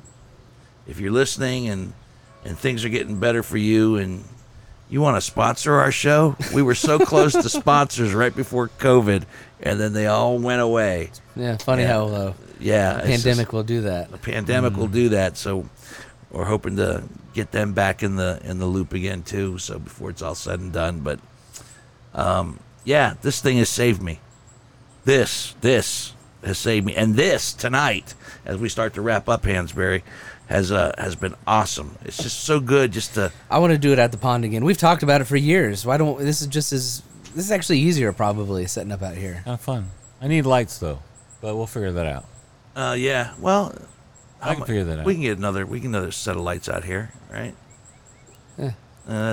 [SPEAKER 1] if you're listening and and things are getting better for you and you want to sponsor our show we were so close to [laughs] sponsors right before covid and then they all went away
[SPEAKER 2] Yeah, funny
[SPEAKER 1] Yeah.
[SPEAKER 2] how uh,
[SPEAKER 1] yeah it's just-
[SPEAKER 2] pandemic will do that.
[SPEAKER 1] the pandemic
[SPEAKER 3] Mm.
[SPEAKER 1] will do that so we're hoping to get them back in the in the loop again too so before it's all said and done but um yeah this thing has saved me this this has saved me and this tonight as we start to wrap up hansberry has uh has been awesome it's just so good just to
[SPEAKER 2] I want to do it at the pond again. We've talked about it for years. Why don't this is just as this is actually easier probably setting up out here.
[SPEAKER 3] Kind of fun. I need lights though, but we'll figure that out.
[SPEAKER 1] uh yeah well
[SPEAKER 3] I can figure that out.
[SPEAKER 1] we can get another we can get another set of lights out here right
[SPEAKER 2] Yeah.
[SPEAKER 1] uh,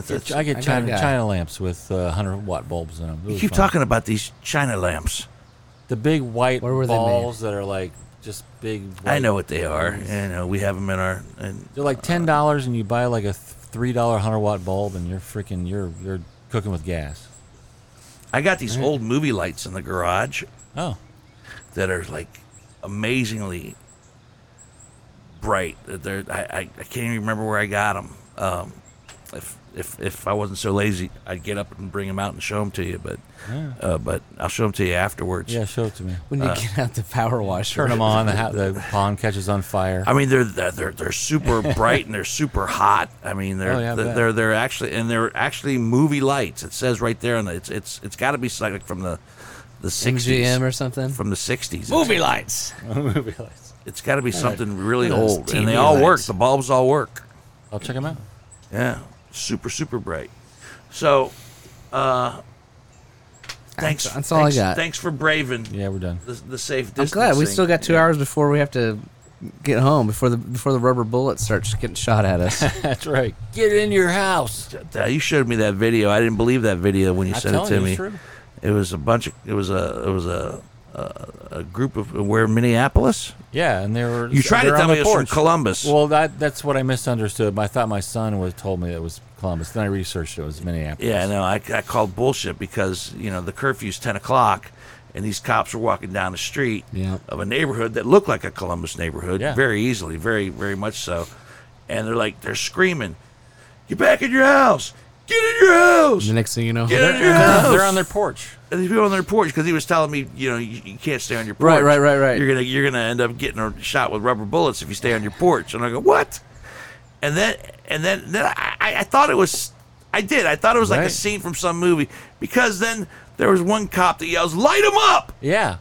[SPEAKER 1] that's, that's,
[SPEAKER 3] Eh. I get
[SPEAKER 2] I got a
[SPEAKER 3] China,
[SPEAKER 2] guy.
[SPEAKER 3] China lamps with uh, 100 watt bulbs in them.
[SPEAKER 1] you keep talking about these china lamps
[SPEAKER 3] The big white
[SPEAKER 2] Where were they made?
[SPEAKER 3] balls that are like just big.
[SPEAKER 1] I
[SPEAKER 3] white-
[SPEAKER 1] know what they are. I know we have them in our. And
[SPEAKER 3] They're like ten dollars, and you buy like a th- three dollar hundred watt bulb, and you're freaking you're you're cooking with gas.
[SPEAKER 1] I got these old movie lights in the garage
[SPEAKER 3] Oh,
[SPEAKER 1] that are like amazingly bright. That They're, I, I, I can't even remember where I got them. Um, if, if if I wasn't so lazy, I'd get up and bring them out and show them to you. But
[SPEAKER 3] Yeah.
[SPEAKER 1] uh, but I'll show them to you afterwards.
[SPEAKER 3] yeah, show it to me.
[SPEAKER 2] When
[SPEAKER 1] Uh,
[SPEAKER 2] you get out the power washer,
[SPEAKER 3] Turn them on. The, ha- the pond catches
[SPEAKER 1] [laughs]
[SPEAKER 3] on fire.
[SPEAKER 1] I mean, they're they're they're they're super bright and they're super hot. I mean, they're
[SPEAKER 3] Oh, yeah, I
[SPEAKER 1] they're,
[SPEAKER 3] bet.
[SPEAKER 1] they're they're actually and they're actually movie lights. It says right there on the, it's it's it's got to be something from the the sixties
[SPEAKER 2] MGM or something.
[SPEAKER 1] from the sixties.
[SPEAKER 2] lights.
[SPEAKER 3] Movie lights.
[SPEAKER 1] it's got to be something really
[SPEAKER 2] Look at those
[SPEAKER 1] old, and they
[SPEAKER 2] TV
[SPEAKER 1] all work.
[SPEAKER 2] lights.
[SPEAKER 1] The bulbs all work.
[SPEAKER 3] I'll check them out.
[SPEAKER 1] Yeah, super super bright. So uh, Thanks.
[SPEAKER 2] That's- that's all I
[SPEAKER 1] thanks-
[SPEAKER 2] got.
[SPEAKER 1] Thanks for braving
[SPEAKER 3] Yeah, we're done.
[SPEAKER 1] the, the safe
[SPEAKER 2] I'm
[SPEAKER 1] distance.
[SPEAKER 2] glad we still got two hours before we have to get home before the before the rubber bullet starts getting shot
[SPEAKER 1] [laughs]
[SPEAKER 2] at us.
[SPEAKER 3] [laughs] That's right. Get in your house.
[SPEAKER 1] You showed me that video. I didn't believe that video when you
[SPEAKER 3] I'm
[SPEAKER 1] sent it
[SPEAKER 3] telling
[SPEAKER 1] to
[SPEAKER 3] you,
[SPEAKER 1] me.
[SPEAKER 3] it's true.
[SPEAKER 1] It was a bunch of. It was a. It was a. A, a group of where Minneapolis.
[SPEAKER 3] Yeah, and they were.
[SPEAKER 1] You tried
[SPEAKER 3] they
[SPEAKER 1] to
[SPEAKER 3] were
[SPEAKER 1] tell
[SPEAKER 3] on
[SPEAKER 1] me
[SPEAKER 3] the
[SPEAKER 1] it was from
[SPEAKER 3] porch.
[SPEAKER 1] Columbus.
[SPEAKER 3] Well, that that's what I misunderstood. I thought my son was told me that it was Columbus. Then I researched it. It was Minneapolis.
[SPEAKER 1] Yeah, no, I, I called bullshit because you know the curfew's ten o'clock, and these cops were walking down the street
[SPEAKER 2] Yeah.
[SPEAKER 1] of a neighborhood that looked like a Columbus neighborhood,
[SPEAKER 3] Yeah.
[SPEAKER 1] very easily, very very much so, and they're like they're screaming, "Get back in your house! Get in your house!"
[SPEAKER 2] the next thing you know,
[SPEAKER 1] Get in your house!
[SPEAKER 3] They're on their porch.
[SPEAKER 1] And these people on their porch because he was telling me, you know, you, you can't stay on your porch.
[SPEAKER 2] Right, right, right, right.
[SPEAKER 1] You're gonna you're gonna end up getting a shot with rubber bullets if you stay on your porch. And I go, what? And then and then then I, I I thought it was I did I thought it was like a
[SPEAKER 3] Right.
[SPEAKER 1] scene from some movie because then there was one cop that yells, "Light him up!"
[SPEAKER 3] Yeah.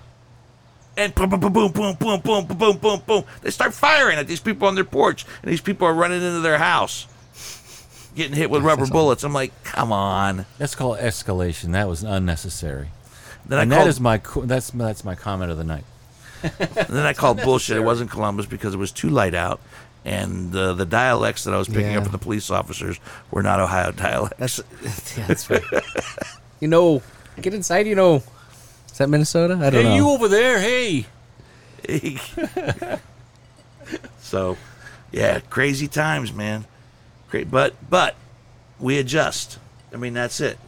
[SPEAKER 1] and boom, boom, boom, boom, boom, boom, boom, boom, boom, boom, boom. They start firing at these people on their porch, and these people are running into their house, getting hit with rubber bullets. I'm like, come on.
[SPEAKER 3] That's called escalation. That was unnecessary.
[SPEAKER 1] Then
[SPEAKER 3] and
[SPEAKER 1] I called
[SPEAKER 3] that is my co- that's that's my comment of the night.
[SPEAKER 1] And then I called
[SPEAKER 2] [laughs]
[SPEAKER 1] bullshit. It wasn't Columbus because it was too light out, and uh, the dialects that I was picking
[SPEAKER 2] Yeah.
[SPEAKER 1] up from the police officers were not Ohio dialects.
[SPEAKER 2] That's [laughs] yeah, that's right. you know, get inside. You know, is that Minnesota? I don't know.
[SPEAKER 3] over there? Hey.
[SPEAKER 1] [laughs] so, yeah, crazy times, man. Great, but but we adjust. I mean, that's it.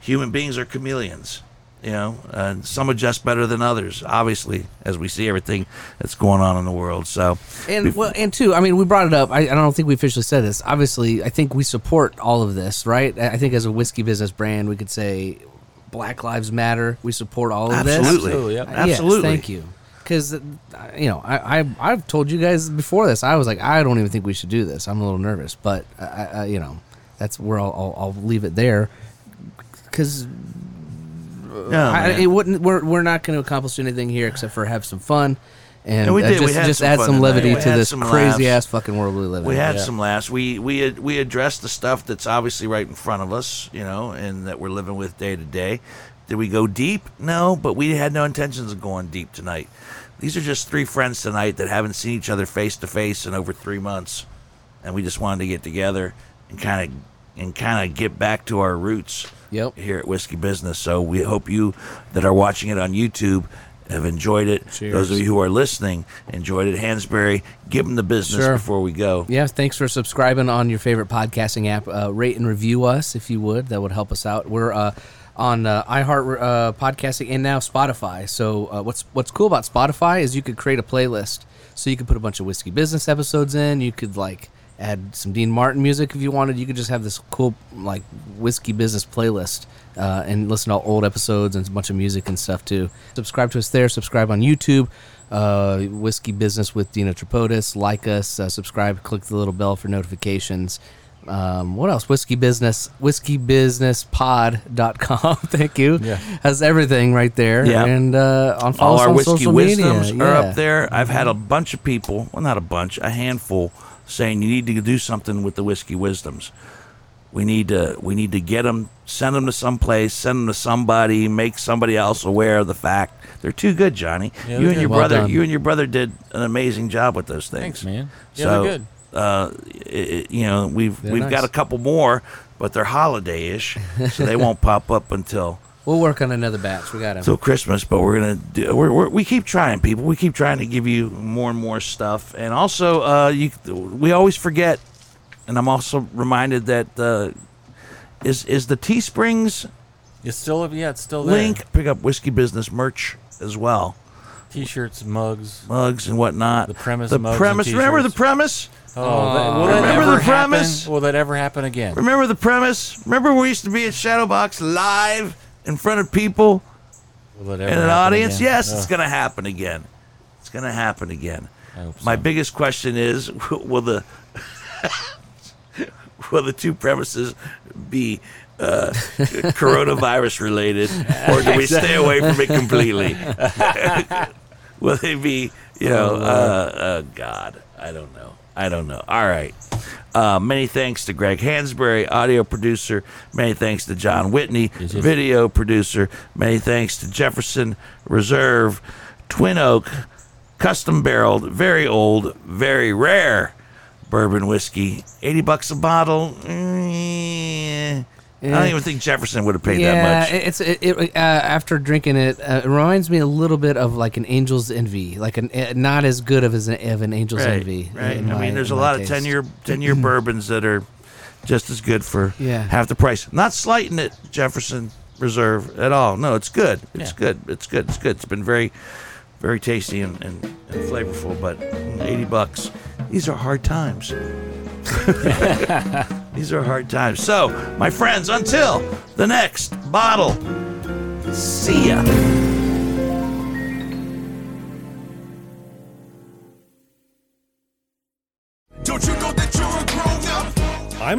[SPEAKER 1] Human beings are chameleons, you know, and some adjust better than others. Obviously, as we see everything that's going on in the world. So,
[SPEAKER 2] and well, and two, I mean, we brought it up. I, I don't think we officially said this. Obviously, I think we support all of this, right? I I think as a whiskey business brand, we could say Black Lives Matter. We support all of this. Uh,
[SPEAKER 1] absolutely,
[SPEAKER 3] Absolutely, yep.
[SPEAKER 2] Yes,
[SPEAKER 1] absolutely.
[SPEAKER 2] thank you. Because you know, I, I I've told you guys before this. I was like, I don't even think we should do this. I'm a little nervous, but I, I, I- you know, that's where I'll I'll, I'll leave it there. Because
[SPEAKER 1] Yeah,
[SPEAKER 2] I,
[SPEAKER 1] Oh, man.
[SPEAKER 2] it wouldn't. We're, we're not going to accomplish anything here except for have some fun, and,
[SPEAKER 1] And we
[SPEAKER 2] uh,
[SPEAKER 1] did. We
[SPEAKER 2] just,
[SPEAKER 1] had
[SPEAKER 2] just
[SPEAKER 1] some
[SPEAKER 2] add
[SPEAKER 1] fun
[SPEAKER 2] some
[SPEAKER 1] tonight.
[SPEAKER 2] levity
[SPEAKER 1] We
[SPEAKER 2] to
[SPEAKER 1] had
[SPEAKER 2] this
[SPEAKER 1] some
[SPEAKER 2] crazy
[SPEAKER 1] laughs.
[SPEAKER 2] ass fucking world we live in.
[SPEAKER 1] We had
[SPEAKER 3] Yeah.
[SPEAKER 1] some laughs. We we ad- we addressed the stuff that's obviously right in front of us, you know, and that we're living with day to day. Did we go deep? No, but we had no intentions of going deep tonight. These are just three friends tonight that haven't seen each other face to face in over three months, and we just wanted to get together and kind of and kind of get back to our roots
[SPEAKER 2] Yep.
[SPEAKER 1] here at Whiskey Business. So we hope you that are watching it on YouTube have enjoyed it. Those of
[SPEAKER 2] Cheers.
[SPEAKER 1] you who are listening enjoyed it. Hansberry, give them the business
[SPEAKER 2] Sure.
[SPEAKER 1] before we go.
[SPEAKER 2] Yeah, thanks for subscribing on your favorite podcasting app. Uh, rate and review us if you would. That would help us out. We're uh, on uh, iHeart uh, podcasting and now Spotify. So uh, what's what's cool about Spotify is you could create a playlist. So you could put a bunch of whiskey business episodes in. You could like add some Dean Martin music if you wanted. You could just have this cool like whiskey business playlist uh, and listen to all old episodes and a bunch of music and stuff too. Subscribe to us there. Subscribe on YouTube uh, Whiskey Business with Dino Tripodis. Like us, uh, subscribe, click the little bell for notifications. Um, what else? Whiskey Business, whiskeybusinesspod.com. [laughs] Thank you.
[SPEAKER 3] Yeah.
[SPEAKER 2] That's everything right there.
[SPEAKER 1] Yeah.
[SPEAKER 2] And uh, on follow
[SPEAKER 1] All
[SPEAKER 2] us
[SPEAKER 1] our
[SPEAKER 2] on
[SPEAKER 1] whiskey
[SPEAKER 2] social
[SPEAKER 1] wisdoms
[SPEAKER 2] media.
[SPEAKER 1] are
[SPEAKER 2] Yeah. Mm-hmm.
[SPEAKER 1] up there. I've had a bunch of people, well, not a bunch, a handful, saying you need to do something with the whiskey wisdoms. We need to we need to get them, send them to someplace, send them to somebody, make somebody else aware of the fact they're too good, Johnny. you
[SPEAKER 3] Yeah, they're
[SPEAKER 1] and your
[SPEAKER 2] good. Well
[SPEAKER 1] brother,
[SPEAKER 2] done.
[SPEAKER 1] you and your brother did an amazing job with those things.
[SPEAKER 3] Thanks, man. Yeah,
[SPEAKER 1] So,
[SPEAKER 3] they're good.
[SPEAKER 1] Uh, it- it- you know, we've
[SPEAKER 2] They're
[SPEAKER 1] we've got
[SPEAKER 2] nice.
[SPEAKER 1] a couple more, but they're holiday ish, so
[SPEAKER 2] [laughs]
[SPEAKER 1] they won't pop up until
[SPEAKER 2] We'll work on another batch. We got him.
[SPEAKER 1] till Christmas, but we're gonna do. We're, we're, we keep trying, people. We keep trying to give you more and more stuff, and also, uh, you, we always forget. And I'm also reminded that uh, is is the Teesprings
[SPEAKER 3] It's still Oh, yeah, it's still there.
[SPEAKER 1] link pick up whiskey business merch as well,
[SPEAKER 3] T-shirts, mugs.
[SPEAKER 1] mugs and whatnot.
[SPEAKER 3] The premise
[SPEAKER 1] the
[SPEAKER 3] mugs and
[SPEAKER 1] premise. Remember the
[SPEAKER 3] t-shirts.
[SPEAKER 1] premise.
[SPEAKER 3] Oh, that, will that
[SPEAKER 1] Remember
[SPEAKER 3] ever
[SPEAKER 1] the
[SPEAKER 3] happen?
[SPEAKER 1] premise?
[SPEAKER 3] Will that ever happen again?
[SPEAKER 1] Remember the premise. Remember we used to be at Shadowbox live in front of people.
[SPEAKER 3] Will it ever
[SPEAKER 1] in an
[SPEAKER 3] happen
[SPEAKER 1] audience?
[SPEAKER 3] again?
[SPEAKER 1] Yes,
[SPEAKER 3] Ugh.
[SPEAKER 1] it's going to happen again. It's going to happen again.
[SPEAKER 3] I hope
[SPEAKER 1] My
[SPEAKER 3] so.
[SPEAKER 1] biggest question is: [laughs] Will the will the two premises be
[SPEAKER 3] [laughs]
[SPEAKER 1] uh, coronavirus related, or do we stay away from it
[SPEAKER 3] [laughs]
[SPEAKER 1] completely? [laughs]
[SPEAKER 2] Oh,
[SPEAKER 1] will they be, you know, uh, uh, oh, God, I don't know. I don't know. All right. Uh, many thanks to Greg Hansberry, audio producer. Many thanks to John Whitney,
[SPEAKER 3] Yes, yes.
[SPEAKER 1] video producer. Many thanks to Jefferson Reserve, Twin Oak, custom barreled, very old, very rare bourbon whiskey. 80 bucks a bottle. Eh. I don't
[SPEAKER 2] Eh.
[SPEAKER 1] even think Jefferson would have paid that
[SPEAKER 2] yeah,
[SPEAKER 1] much.
[SPEAKER 2] it- it's it, it, uh, after drinking it, uh, it reminds me a little bit of like an Angel's Envy, like an uh, not as good of as an, of an Angel's
[SPEAKER 1] right,
[SPEAKER 2] Envy.
[SPEAKER 1] right.
[SPEAKER 2] in
[SPEAKER 1] I
[SPEAKER 2] my-
[SPEAKER 1] mean, there's a
[SPEAKER 2] in my
[SPEAKER 1] lot of
[SPEAKER 2] taste.
[SPEAKER 1] ten year ten
[SPEAKER 2] [clears throat]
[SPEAKER 1] year bourbons that are just as good for
[SPEAKER 2] Yeah.
[SPEAKER 1] half the price. Not slighting it, Jefferson Reserve at all. No, it's good. It's
[SPEAKER 3] Yeah.
[SPEAKER 1] good. It's good. It's good. It's been very, very tasty and, and, and flavorful. But eighty bucks. These are hard
[SPEAKER 2] [laughs]
[SPEAKER 1] times. These are hard times. So, my friends, until the next bottle. See ya.
[SPEAKER 4] Don't you know that you're a grown up?
[SPEAKER 5] I'm